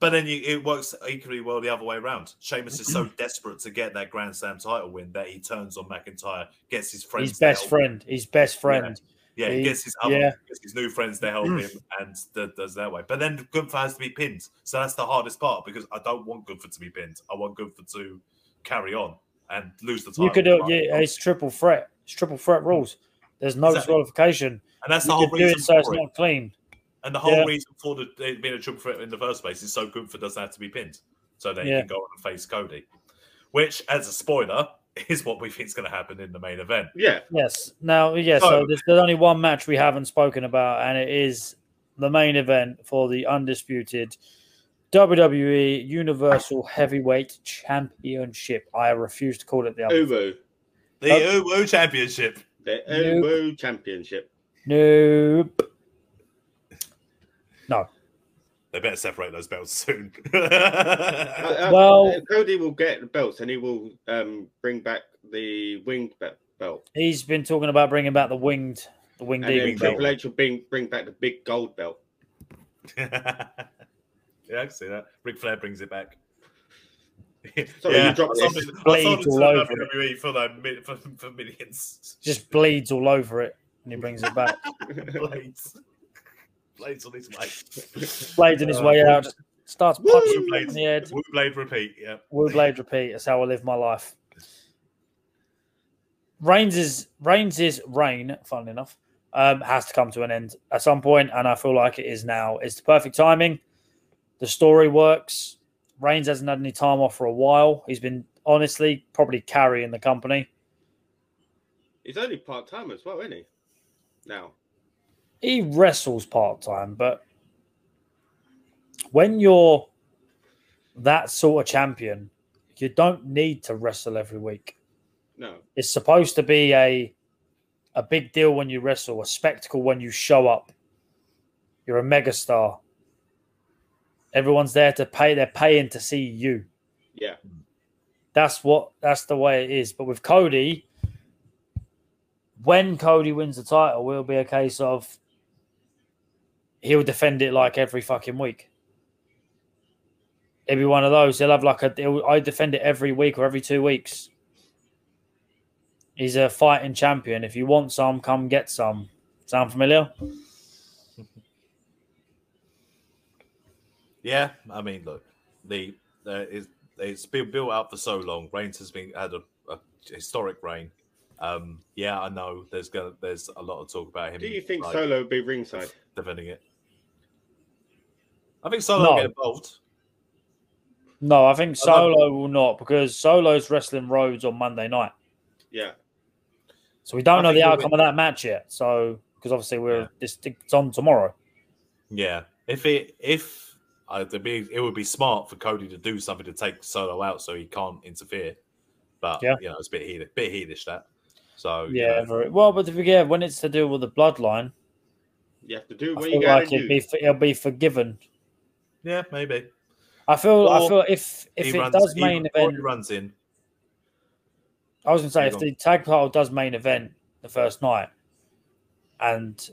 B: But then you, it works equally well the other way around. Sheamus is so desperate to get that Grand Slam title win that he turns on McIntyre, gets his friends.
D: His
B: to
D: best
B: help
D: friend, his best friend.
B: Yeah, he
D: He-
B: gets his other,
D: yeah. Mm.
B: gets his new friends to help him, and th- does that way. But then Gunther has to be pinned, so that's the hardest part because I don't want Gunther to be pinned. I want Gunther to carry on and lose the title.
D: You could do
B: Right.
D: yeah, it's triple threat. It's triple threat rules. There's no
B: Exactly.
D: disqualification.
B: and that's the
D: You
B: whole
D: could do
B: reason
D: it so it's
B: for it.
D: not clean.
B: And the whole
D: Yeah.
B: reason for the, it being a triple threat in the first place is so Gunther doesn't have to be pinned. So then
D: Yeah.
B: he can go on and face Cody, which, as a spoiler, is what we think is going to happen in the main event.
C: Yeah,
D: Yes. Now, yes. So,
B: So-
D: there's, there's only one match we haven't spoken about, and it is the main event for the undisputed WWE Universal Heavyweight Championship. I refuse to call it the other.
C: Ubu,
B: The
D: Okay.
B: Uwu Championship.
C: the
D: Nope.
C: Ubu Championship.
D: Nope. No.
B: They better separate those belts soon.
C: Uh,
B: yeah,
C: uh,
D: Well-
C: Cody will get the belts and he will um, bring back the winged be- belt.
D: He's been talking about bringing back the winged, the winged
C: And then
D: eagle belt.
C: Triple H will bring, bring back the big gold belt.
B: I can see that. Ric Flair brings it back.
C: Sorry,
B: yeah,
C: you dropped
B: I sold
C: this.
B: it, I sold
D: Blades
B: it to
D: all
B: the
D: over
B: WWE E for, like, mi- for, for millions.
D: Just bleeds all over it, and he brings it back.
B: Blades. Blades on his way.
D: Blades in his
B: Uh,
D: way out. Just starts
C: Woo!
D: punching him in
B: Blades.
D: the head.
B: Woo Blade repeat, yeah.
D: Will Blade repeat. That's how I live my life. Reigns' Reigns' reign, funnily enough, um, has to come to an end at some point, and I feel like it is now. It's the perfect timing. The story works. Reigns hasn't had any time off for a while. He's been honestly probably carrying the company.
C: He's only part time as well, isn't he? Now,
D: He wrestles part time, but when you're that sort of champion, you don't need to wrestle every week.
C: no.
D: It's supposed to be a a big deal when you wrestle, a spectacle when you show up. You're a megastar. Everyone's there to pay. They're paying to see you.
C: Yeah,
D: That's what. That's the way it is. But with Cody, when Cody wins the title, will be a case of he'll defend it like every fucking week. It'll be one of those. He'll have like a. He'll, I defend it every week or every two weeks. He's a fighting champion. If you want some, come get some. Sound familiar?
B: Yeah, I mean, look, the uh, it's, it's been built up for so long. Reigns has been had a, a historic reign. Um, yeah, I know. There's gonna there's a lot of talk about him.
C: do you think
B: like,
C: Solo will be ringside?
B: defending it? I think Solo will
D: No.
B: get involved.
D: No, I think
B: I love-
D: Solo will not because Solo's wrestling Rhodes on Monday night.
C: Yeah,
D: So we
B: I
D: don't know
B: think
D: the
B: he'll
D: outcome of that match yet. So because obviously we're
B: Yeah.
D: this it's on tomorrow.
B: Yeah, if it if uh, it'd be, it would be smart for Cody to do something to take Solo out so he can't interfere. But
D: Yeah.
B: you know, it's a bit heated, bit heatish that. So you
D: Yeah.
B: know,
D: very- well, but if, yeah, when it's to do with the bloodline,
C: you have to do
D: I
C: what you
D: feel
C: got
D: like
C: to
D: it'd
C: do.
D: be it'll be forgiven.
B: yeah, maybe
D: I feel I
B: Or
D: feel if if it does
B: he-
D: main
B: or
D: event,
B: he runs in.
D: I was gonna say
B: Hang
D: if
B: on.
D: the tag title does main event the first night, and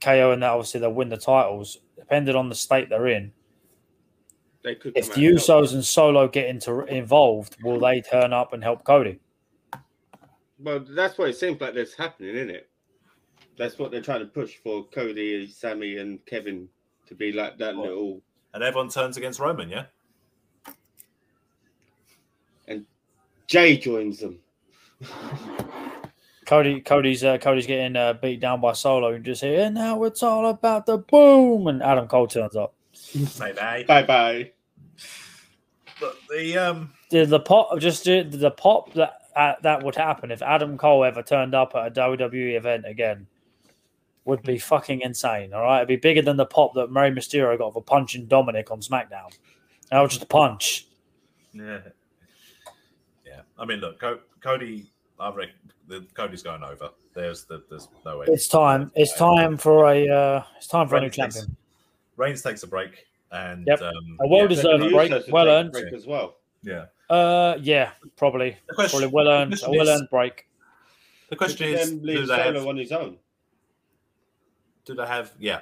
D: KO and that obviously they'll win the titles depending on the state they're in.
C: They could
D: If
C: come
D: the
C: out and help.
D: Usos and Solo get into involved, will they turn up and help Cody?
C: Well, that's what it seems like that's happening, isn't it? That's what they're trying to push for Cody, Sammy, and Kevin to be like that
B: Well-
C: little.
B: And everyone turns against Roman, yeah?
C: Jay joins them.
D: Cody, Cody's uh, Cody's getting uh, beat down by Solo, and just here. And now it's all about the boom, and Adam Cole turns up.
B: Say nay.
C: Bye bye.
B: But the um
D: The, the pop just the, the pop that uh, that would happen if Adam Cole ever turned up at a WWE event again would be fucking insane. All right, it'd be bigger than the pop that Mary Mysterio got for punching Dominic on SmackDown. That was just a punch.
B: yeah. yeah. I mean look, Co- Cody I reckon the Cody's going over. There's the there's no way.
D: It's time. It's time for a. Uh, it's time for a new
B: Reigns takes-
D: champion.
B: Reigns takes a break and
D: Yep.
B: um
D: A well
B: yeah,
D: deserved- Deserve a
C: The
D: break.
C: Usos should
D: Well
C: take a
D: earned.
C: break as well.
B: yeah.
D: Uh, yeah, probably,
B: The question,
D: probably well earned,
B: the
D: a
B: question
D: well
B: is-
D: earned break.
B: the question
C: Could
B: is
C: then
B: do
C: leave
B: they have
C: Solo on his own.
B: do they have yeah.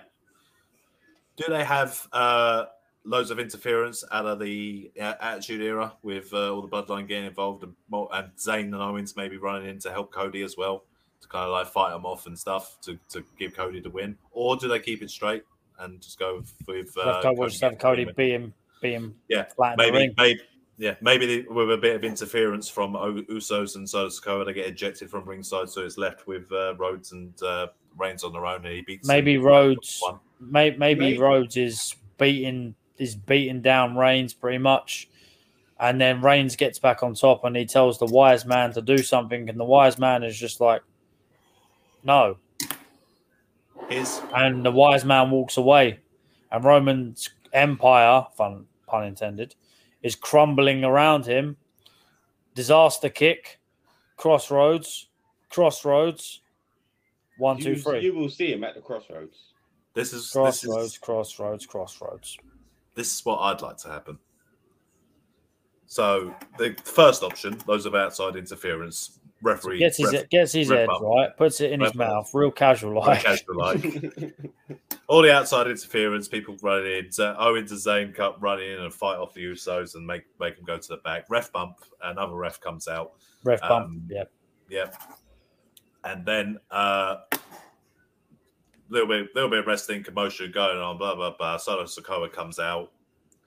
B: Do they have uh loads of interference out of the uh, attitude era with uh, all the bloodline getting involved and more, and Zayn and Owens maybe running in to help Cody as well to kind of like fight him off and stuff to, to give Cody the win, or do they keep it straight and just go with uh,
D: Left Cody, just have Cody
B: getting the win?
D: being being
B: Yeah,
D: flat in the
B: Maybe,
D: ring.
B: maybe, yeah, maybe the- with a bit of interference from O- Usos and Solo Sokoa, they get ejected from ringside, so it's left with uh, Rhodes and uh, Reigns on their own and he beats
D: Maybe
B: him.
D: Rhodes.
B: One.
D: May, maybe,
C: Maybe.
D: Rhodes is beating is beating down Reigns pretty much, and then Reigns gets back on top and he tells the wise man to do something, and the wise man is just like, "No,"
B: His
D: and the wise man walks away, and Roman's empire, fun pun intended, is crumbling around him. Disaster kick, crossroads, crossroads, one, two,
C: you,
D: three,
C: you will see him at the crossroads.
B: this is this
D: crossroads,
B: is
D: crossroads, crossroads.
B: this is what I'd like to happen. So the first option, those of outside interference, referee
D: gets his
B: ref-
D: gets his
B: ref
D: head
B: up.
D: right, puts it in
B: Ref
D: his
B: up.
D: mouth, real casual like.
B: casual like all the outside interference, people running in. So Owens and Zayn Cup running in and fight off the Usos and make make them go to the back. Ref bump, another ref comes out.
D: Ref bump.
B: Um,
D: yeah,
B: Yep. And then uh little bit little bit of wrestling commotion going on, blah blah blah. Solo Sokoa comes out.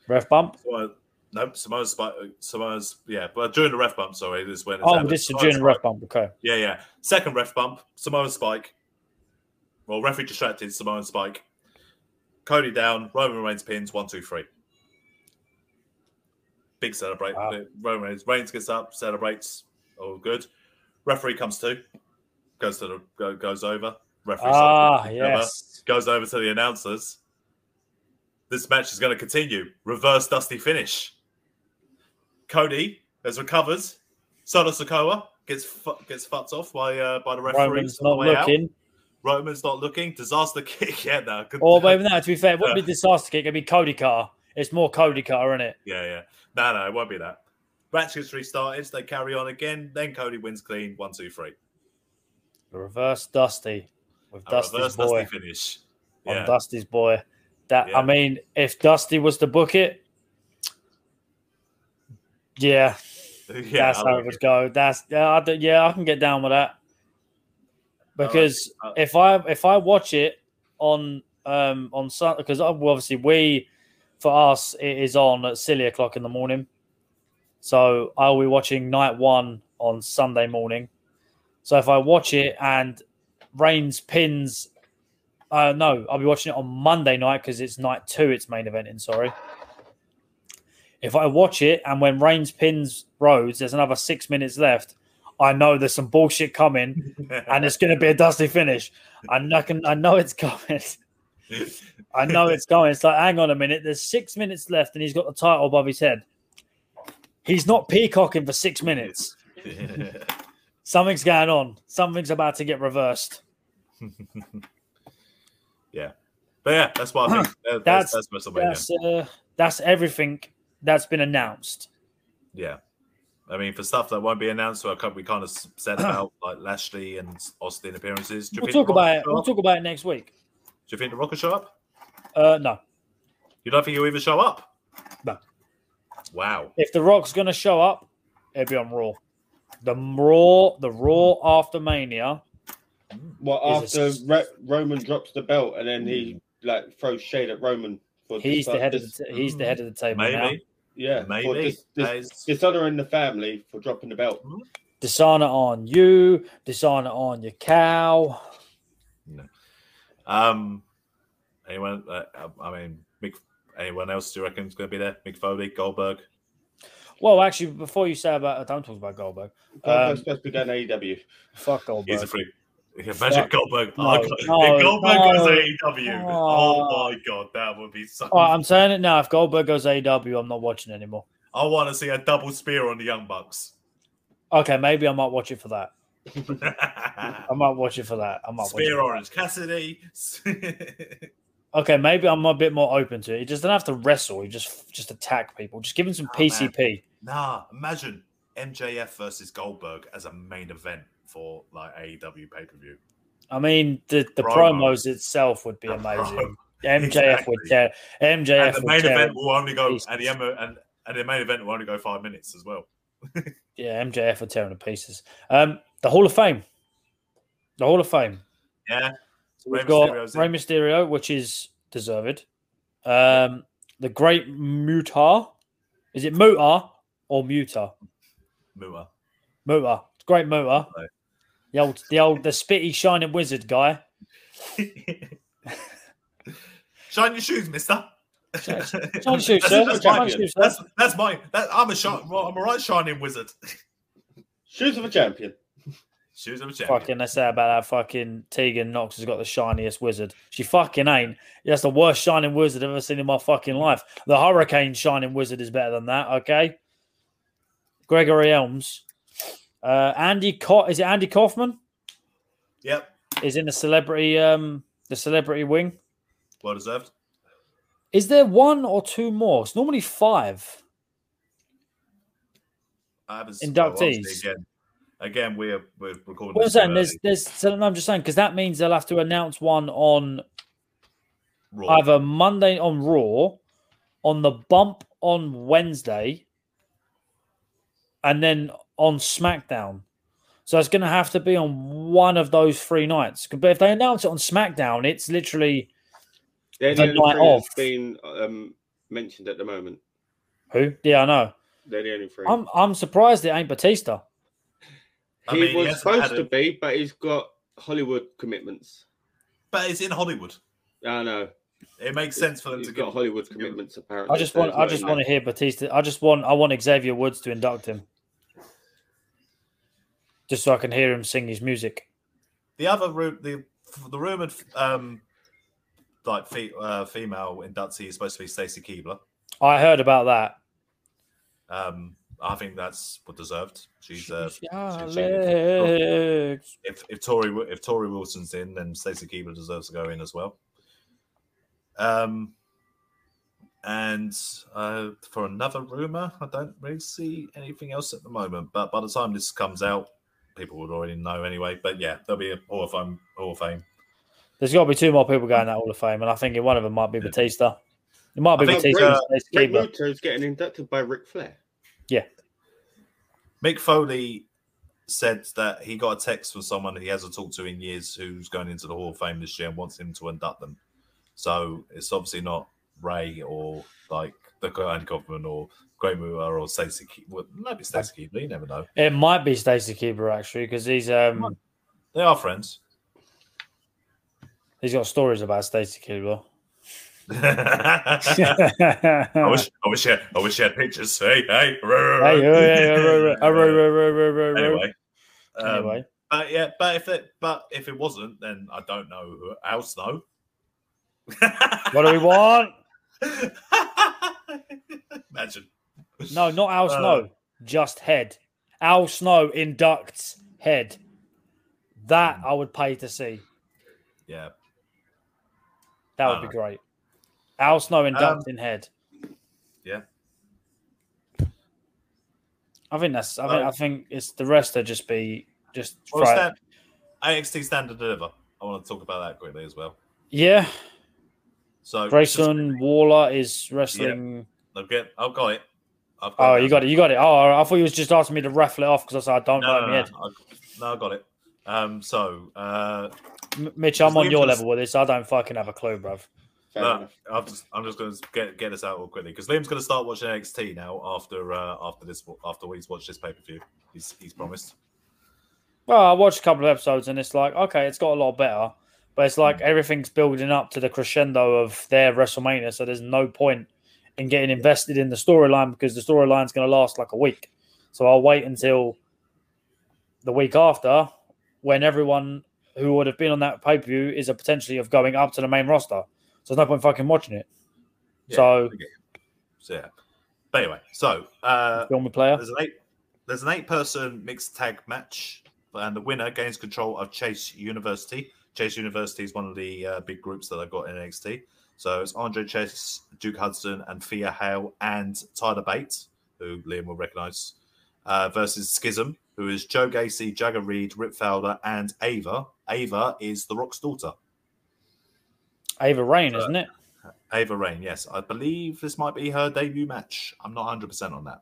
D: ref bump.
B: Well, nope, Samoa's Samoa's yeah, but during the ref bump, sorry, this is when it's
D: Oh,
B: happened.
D: this is a
B: Samoa
D: during the ref
B: Spike-
D: bump. Okay,
B: Yeah, yeah. Second ref bump, Samoa Spike. Well, referee distracted, Samoa Spike. Cody down, Roman Reigns pins, one, two, three. Big celebrate.
D: Wow.
B: Roman Reigns, Reigns gets up, celebrates. All good. Referee comes to, goes to the go- goes over. Referee
D: ah
B: celebrates together,
D: yes,
B: goes over to the announcers. This match is going to continue. Reverse dusty finish. Cody has recovered. Solo Sokoa gets fu- gets fucked off by uh, by the referee.
D: Roman's
B: on the
D: not
B: way out.
D: looking,
B: Roman's not looking. Disaster kick. Yeah, no. Good.
D: or maybe no. To be fair, it wouldn't
B: Yeah.
D: be disaster kick. It'd be Cody Car. It's more Cody Car, isn't it?
B: Yeah, yeah. No, no, it won't be that. Match gets restarted. They carry on again. Then Cody wins clean. One, two, three.
D: The reverse Dusty with
B: A
D: Dusty's
B: reverse
D: boy
B: dusty finish.
D: on
B: Yeah,
D: Dusty's boy. That
B: Yeah.
D: I mean, if Dusty was to book it, yeah,
B: yeah.
D: that's
B: I
D: how
B: like
D: it would go. That's yeah, I, do- yeah, I can get down with that
B: like
D: because
B: it.
D: if I if I watch it on um on Sun because obviously we for us it is on at silly o'clock in the morning, so I'll be watching night one on Sunday morning. So if I watch it and Reigns pins, uh no, I'll be watching it on Monday night because it's night two. It's main eventing. Sorry. If I watch it and when Reigns pins Rhodes, there's another six minutes left. I know there's some bullshit coming and it's going to be a dusty finish. I know, can, I know it's coming. I know it's coming. It's like, hang on a minute. There's six minutes left, and he's got the title above his head. He's not peacocking for six minutes. Something's going on. Something's about to get reversed.
B: But yeah, that's what I think. That- That's
D: That's-
B: that's, that's WrestleMania.
D: That's uh, that's everything that's been announced.
B: Yeah, I mean, for stuff that won't be announced, so I can't- we kind of said about like Lashley and Austin appearances. Do you
D: We'll
B: think The Rock
D: talk about
B: will
D: it.
B: show
D: We'll
B: up?
D: talk about it next week.
B: Do you think the Rock will show up?
D: Uh, no,
B: You don't think he'll even show up?
D: No.
B: Wow.
D: if The Rock's going to show up, it'll be on Raw. The Raw, the Raw after Mania.
C: Well,
D: Is
C: after
D: this-
C: Re- Roman drops the belt and then he like throws shade at Roman for
D: Hmm. He's the
C: dis-
D: head of
C: dis-
D: the t- he's the head of the table now.
B: Maybe.
C: yeah for
B: Maybe.
C: dis- dis-
B: That is-
C: dishonoring the family for dropping the belt.
D: dishonor on you, dishonor on your cow.
B: Um. Anyone? Uh, I- I mean, Mick, anyone else? Do you reckon is going to be there? Mick Foley, Goldberg.
D: Well, actually, before you say about, don't talk about Goldberg.
C: Goldberg's
D: Um,
C: supposed to be going to AEW.
D: Fuck
B: He's a
D: Goldberg.
B: freak. Imagine
D: Fuck.
B: Goldberg.
D: No,
B: oh, God. If
D: no,
B: Goldberg
D: no.
B: goes AEW. Oh
D: Oh.
B: my god, that would be so.
D: All right, I'm saying it now. If Goldberg goes AEW, I'm not watching anymore.
B: I want to see a double spear on the Young Bucks.
D: Okay, maybe I might watch it for that. I
B: spear
D: might watch it for that. I might watch it.
B: Orange Cassidy.
D: Okay, maybe I'm a bit more open to it. He just doesn't have to wrestle. He just just attack people. Just give him some
B: Oh, man.
D: PCP.
B: nah, imagine MJF versus Goldberg as a main event for like E AEW pay per view.
D: I mean, the, the
B: Promo.
D: promos itself would be amazing. MJF would
B: Exactly.
D: tear. MJF
B: And the
D: would
B: main
D: tear
B: event will only go
D: Jesus.
B: and the M- and, and the main event will only go five minutes as well.
D: Yeah, MJF are tearing to pieces. Um, the Hall of Fame. The Hall of Fame.
B: Yeah.
D: So we've
B: Rey
D: got
B: Mysterio's in.
D: Rey Mysterio, which is deserved. Um, the Great Mutar. Is it Mutar or Mutar?
B: Mua.
D: Mutar. It's Great Mutar.
B: No.
D: The old, the old, the spitty shining wizard guy.
B: Shine your shoes, mister.
D: Shine your shoes, sir.
B: That's,
D: Shine
B: my,
D: your shoes, sir.
B: that's, that's my. That, I'm a shi- I'm a right shining wizard.
C: Shoes of a champion.
B: Shoes of a champion.
D: Fucking, they say about how fucking Tegan Knox has got the shiniest wizard. She fucking ain't. That's the worst shining wizard I've ever seen in my fucking life. The Hurricane shining wizard is better than that. Okay. Gregory Elms, uh, Andy Co- is it Andy Kaufman?
B: Yep,
D: Is in the celebrity, um, the celebrity wing.
B: well deserved.
D: Is there one or two more? It's normally five.
B: I haven't
D: Inductees.
B: obviously, again. Again, we're we're recording.
D: What I'm
B: this
D: saying,
B: too
D: there's,
B: early.
D: there's, so, no, I'm just saying because that means they'll have to announce one on
B: Raw.
D: either Monday on Raw, on the bump on Wednesday, and then on SmackDown. So it's going to have to be on one of those three nights. But if they announce it on SmackDown, it's literally
C: They're the
D: The
C: only
D: night
C: three that's
D: off.
C: been um, mentioned at the moment.
D: who? Yeah, I know.
C: They're the only 3
D: I'm I'm surprised it ain't Batista.
B: I
C: he
B: mean, he
C: was
B: hasn't
C: supposed
B: had
C: to
B: a-
C: be, but he's got Hollywood commitments.
B: but it's in Hollywood.
C: I know.
B: It makes sense for them
C: He's
B: to
C: got
B: get
C: Hollywood commitments, apparently.
D: I just
C: so
D: want
C: he's
D: I
C: not
D: just
C: in
D: want to
C: there.
D: hear Batista. I just want I want Xavier Woods to induct him, just so I can hear him sing his music.
B: the other room. The the rumored um like fe- uh, female inductee is supposed to be Stacey Keebler.
D: I heard about that.
B: Um, I think that's what deserved. She's uh, she's-
D: Alex.
B: if if Tory Wi- if Tory Wilson's in, then Stacey Keebler deserves to go in as well. Um, and uh, for another rumor, I don't really see anything else at the moment. But by the time this comes out, people would already know anyway. But yeah, there'll be a Hall of Fame. Hall of Fame.
D: There's got to be two more people going that Hall of Fame, and I think one of them might be Batista. It might be
B: Mm. I think,
D: Batista.
B: uh,
D: and Stace
C: Rick
D: Keebler.
C: Muto's getting inducted by Ric Flair.
B: Mick Foley said that he got a text from someone he hasn't talked to in years who's going into the Hall of Fame this year and wants him to induct them. So it's obviously not Ray or like the Andy Kaufman or Great Moore or Stacey Keebler. Well, maybe Stacey Keebler, you never know.
D: It might be Stacey Keebler actually, because he's um
B: They are friends.
D: he's got stories about Stacey Keebler.
B: I wish, I wish, I, I wish you had pictures. Hey, hey,
D: Hey, oh, yeah, yeah, yeah, right, right, right, right, right, right, right, right.
B: anyway. um,
D: Anyway,
B: But yeah, but if it, but if it wasn't, then I don't know who else though.
D: what do we want?
B: Imagine.
D: No, not Al
B: Uh,
D: Snow, just head. Al Snow inducts head. That I would pay to see.
B: Yeah.
D: That would be
B: Ah.
D: great. Al Snow inducting head.
B: Um, yeah.
D: I think that's. I think.
B: Uh,
D: I think it's the rest. Are just be just
B: Well,
D: try-
B: stand, AXT standard deliver. I want to talk about that quickly as well. Oh,
D: Yeah,
B: So
D: Grayson Waller is wrestling.
B: I've got, I've got it. I've
D: Oh, you got it. You got it. Oh, all right. I thought you was just asking me to raffle it off because I said I don't know
B: No,
D: in my
B: no, no,
D: head.
B: I, no, I got it. Um, so uh,
D: M- Mitch,
B: His
D: I'm on
B: name
D: your
B: was-
D: level with this. I don't fucking have a clue, bruv.
C: Fair
B: No,
C: enough.
B: I'm just I'm just going to get get this out all quickly because Liam's going to start watching NXT now after uh, after this after he's watched this pay per view. He's he's promised.
D: Well, I watched a couple of episodes and it's like, okay, it's got a lot better, but it's
B: Hmm.
D: like everything's building up to the crescendo of their WrestleMania, so there's no point in getting invested in the storyline because the storyline's going to last like a week. So I'll wait until the week after when everyone who would have been on that pay per view is a potentially of going up to the main roster. So there's no point fucking watching it.
B: Yeah,
D: So-
B: okay. so yeah. But anyway, so uh,
D: Film me player.
B: There's an eight. There's an eight-person mixed tag match, and the winner gains control of Chase University. Chase University is one of the uh, big groups that I've got in NXT. So it's Andre Chase, Duke Hudson, and Thea Hale, and Tyler Bates, who Liam will recognise, uh, versus Schism, who is Joe Gacy, Jagger Reed, Rip Felder, and Ava. Ava is The Rock's daughter.
D: Ava Rain,
B: uh,
D: isn't it?
B: Ava Rain, yes. I believe this might be her debut match. I'm not 100% on that.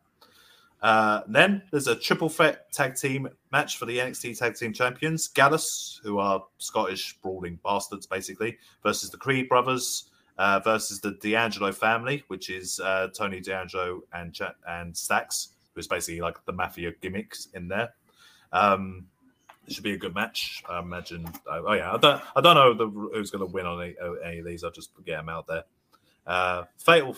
B: Uh, then there's a triple threat tag team match for the NXT Tag Team Champions Gallus, who are Scottish brawling bastards, basically, versus the Creed brothers, uh, versus the D'Angelo family, which is uh, Tony D'Angelo and, Ch- and Stax, who's basically like the mafia gimmicks in there. Um, It should be a good match. I imagine. Oh, oh, yeah, I don't. I don't know the, who's going to win on any, on any of these. I'll just get them out there. Uh, fatal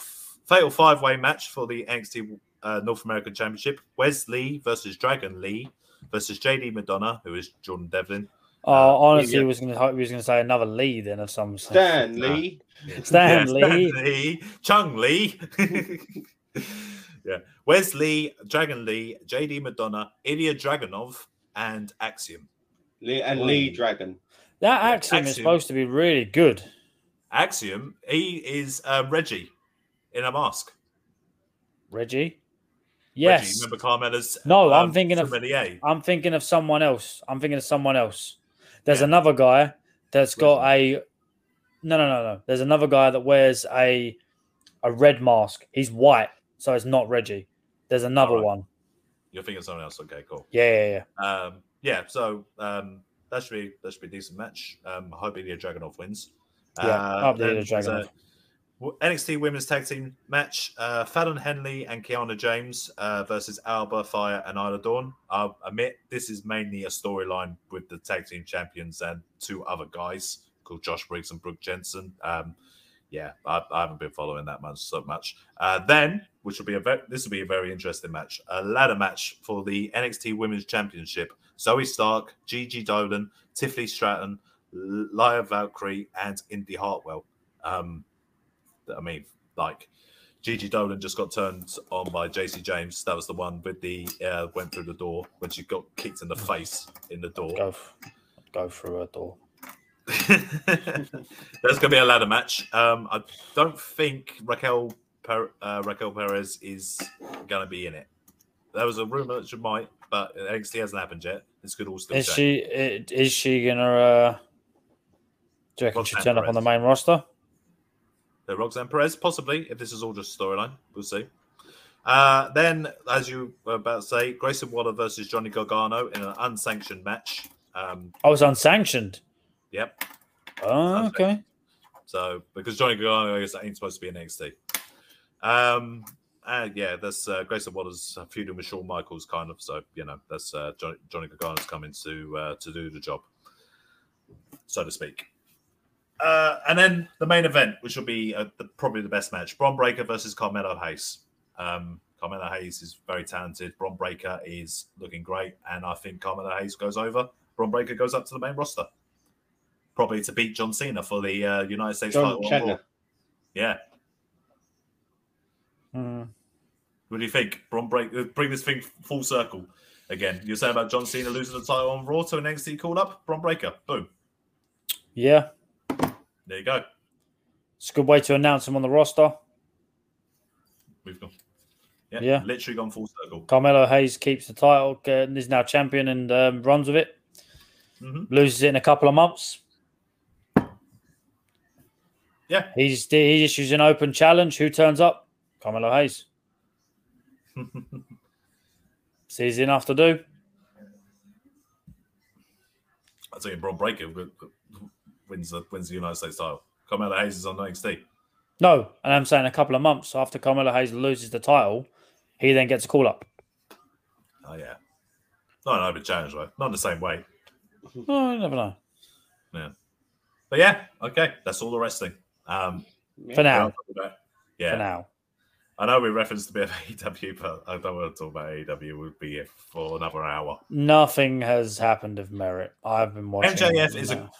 B: fatal five way match for the NXT uh, North American Championship. Wesley versus Dragon Lee versus JD Madonna, who is Jordan Devlin.
D: Oh, honestly,
C: yeah.
D: was going to hope he was going to say another Lee then of some sort.
C: Dan
B: Nah.
C: Lee.
D: Stan
B: Yeah,
D: Lee.
B: Stan Lee, Chung Lee. yeah, Wesley, Dragon Lee, JD Madonna, Ilya Dragunov, and Axiom.
C: Lee and
D: Ooh.
C: Lee Dragon.
D: That
B: Yeah,
D: axiom is
B: Axiom.
D: supposed to be really good.
B: Axiom, he is uh, Reggie in a mask.
D: Reggie.
B: Reggie,
D: Yes.
B: remember um, Carmella's?
D: No, I'm thinking of-
B: sommelier.
D: I'm thinking of someone else. I'm thinking of someone else. There's
B: Yeah.
D: another guy that's got a no, no, no, no. There's another guy that wears a a red mask. He's white, so it's not Reggie. There's another
B: Alright.
D: one.
B: You're thinking of someone else. Okay, cool.
D: Yeah, yeah, yeah.
B: Um, yeah, so um, that should be that should be a decent match. Um, I hope Ilya Dragunov wins.
D: Yeah, hope Ilya
B: then there's
D: Dragunov.
B: a w- NXT Women's Tag Team match: uh, Fallon Henley and Kiana James uh, versus Alba Fire and Isla Dawn. I'll admit this is mainly a storyline with the tag team champions and two other guys called Josh Briggs and Brooke Jensen. Um, yeah, I, I haven't been following that much so much. Uh, then, which will be a very, this will be a very interesting match, a ladder match for the NXT Women's Championship. Zoe Stark, Gigi Dolan, Tiffany Stratton, L- Lyra Valkyrie, and Indy Hartwell. Um, I mean, like Gigi Dolan just got turned on by JC James. That was the one with the uh, went through the door when she got kicked in the face in the door.
D: Go, f- go through a door.
B: That's gonna be a ladder match. Um, I don't think Raquel per- uh, Raquel Perez is gonna be in it. There was a rumor that she might, but NXT hasn't happened yet. This could all still
D: Is
B: change.
D: she? i- Is she gonna? Uh, do you reckon
B: What's
D: she
B: that,
D: turn up on
B: Perez?
D: the main roster?
B: Uh, Roxanne Perez, possibly, if this is all just storyline. We'll see. Uh, then, as you were about to say, Grayson Waller versus Johnny Gargano in an unsanctioned match. Um,
D: I was unsanctioned.
B: yep.
D: Oh,
B: Unsanctioned.
D: okay.
B: So, because Johnny Gargano is, ain't supposed to be in NXT. Um, and yeah, that's uh, Grayson Waller's feuding with Shawn Michaels, kind of. So, you know, that's uh, Johnny, Johnny Gargano's coming to uh, to do the job, so to speak. Uh, and then the main event, which will be uh, the, probably the best match: Bron Breaker versus Carmelo Hayes. Um, Carmelo Hayes is very talented. Bron Breaker is looking great, and I think Carmelo Hayes goes over. Bron Breaker goes up to the main roster, probably to beat John Cena for the uh, United States
C: John
B: title. on Raw.
C: Chandler.
B: Yeah,
D: Hmm.
B: What do you think? Bron break, uh, bring this thing full circle again. You're saying about John Cena losing the title on Raw to an NXT call up, Bron Breaker, boom,
D: Yeah,
B: there you go.
D: it's a good way to announce him on the roster.
B: We've gone, yeah,
D: Yeah.
B: literally gone full circle.
D: Carmelo Hayes keeps the title, uh, is now champion, and um, runs with it.
B: Mhm.
D: Loses it in a couple of months.
B: Yeah.
D: he's he issues an open challenge. Who turns up? Carmelo Hayes. it's easy enough to do.
B: I tell you, Bron Breaker w- w- wins the wins the United States title. Carmelo Hayes is on NXT.
D: No, and I'm saying a couple of months after Carmelo Hayes loses the title, he then gets a call up.
B: Oh yeah, not an open challenge though, not in the same way. Hmm.
D: Oh, you never know.
B: But yeah, okay, that's all the wrestling. Um, yeah,
D: For now,
B: yeah.
D: for now.
B: I know we referenced a bit of AEW, but I don't want to talk about AEW. We'll be here for another hour.
D: Nothing has happened of merit. I've been watching. uh,
B: MJF is
D: No.
B: a.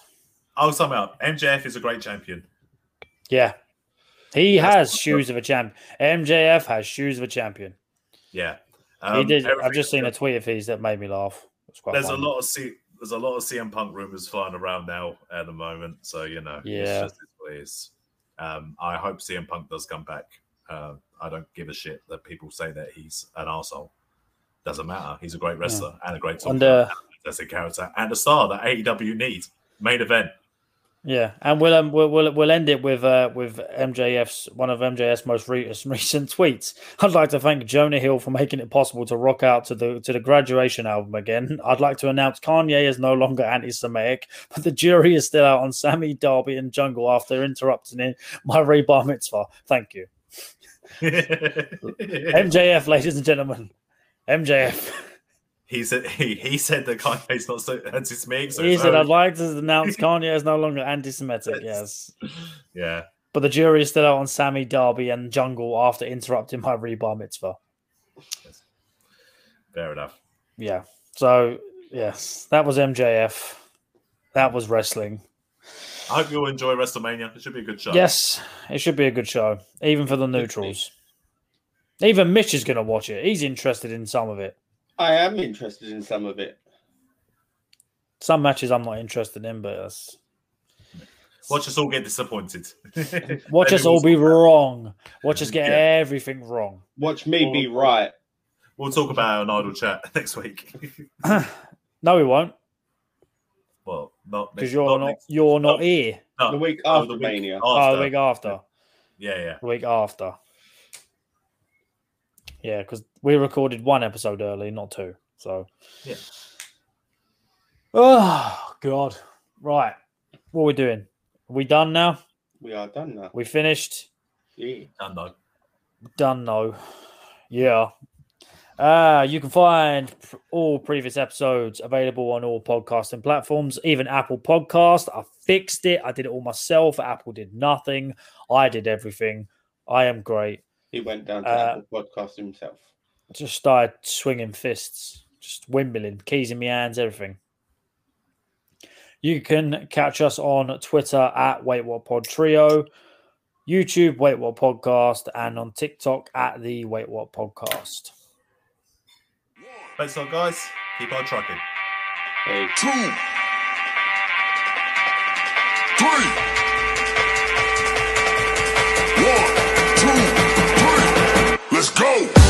B: I'll sum it up. MJF is a great champion.
D: Yeah. He
B: That's
D: has
B: awesome.
D: shoes of a champion. MJF has shoes of a champion.
B: Yeah,
D: he
B: Um,
D: did. I've
B: everything-
D: just seen a tweet of his that made me laugh. It was quite
B: There's a
D: funny.
B: lot of C, There's a lot of CM Punk rumors flying around now at the moment. So you know,
D: Yeah.
B: it's just what it is. Um, I hope CM Punk does come back. Uh, I don't give a shit that people say that he's an asshole. Doesn't matter. He's a great wrestler and a great
D: And
B: talker,
D: uh,
B: that's a character and a star that AEW needs. Main event.
D: yeah, and we'll, um, we'll we'll we'll end it with uh, with MJF's one of MJF's most re- recent tweets. I'd like to thank Jonah Hill for making it possible to rock out to the to the graduation album again. I'd like to announce Kanye is no longer anti-Semitic, but the jury is still out on Sammy Darby and Jungle after interrupting in my rebar mitzvah. Thank you, MJF, ladies and gentlemen, MJF.
B: He said he, he said that Kanye's not so anti-Semitic. So
D: he
B: it's
D: said,
B: only-
D: "I'd like to announce Kanye is no longer anti-Semitic." Yes,
B: yeah,
D: but the jury is still out on Sammy Darby and Jungle after interrupting my rebar mitzvah.
B: fair enough.
D: Yeah. So yes, that was MJF. That was wrestling.
B: I hope you all enjoy WrestleMania. It should be a good show.
D: Yes, it should be a good show, even for the neutrals. Even Mitch is going to watch it. He's interested in some of it.
C: I am interested in some of it.
D: Some matches I'm not interested in, but that's-
B: Watch us all get disappointed.
D: watch
B: Maybe
D: us all
B: we'll-
D: be wrong. Watch us get
B: Yeah.
D: everything wrong.
C: Watch me be right.
B: We'll talk about it on Idle Chat next week.
D: no, we won't,
B: well, not next-
D: because you're not,
B: next-
D: you're not
B: no,
D: here.
B: no,
C: The week
B: no,
C: after Mania.
D: Oh,
B: after.
D: the week after.
B: Yeah, yeah.
D: The week after. Yeah, because we recorded one episode early, not two. So
B: Yeah.
D: Oh God. Right. What are we doing? Are we done now?
C: We are done now.
D: We finished?
C: Yeah.
B: Done though.
D: Done though. Yeah. Uh, you can find pr- all previous episodes available on all podcasting platforms, even Apple Podcast. I fixed it. I did it all myself. Apple did nothing. I did everything. I am great.
C: He went down to
D: Uh,
C: Apple Podcast himself.
D: Just started swinging fists, just wimbling, keys in my hands, everything. You can catch us on Twitter at Wait What Pod Trio, YouTube Wait What Podcast, and on TikTok at the Wait What Podcast.
B: Thanks a lot, guys. Keep on trucking.
C: Hey.
A: Two. Three. One, two, three. Let's go.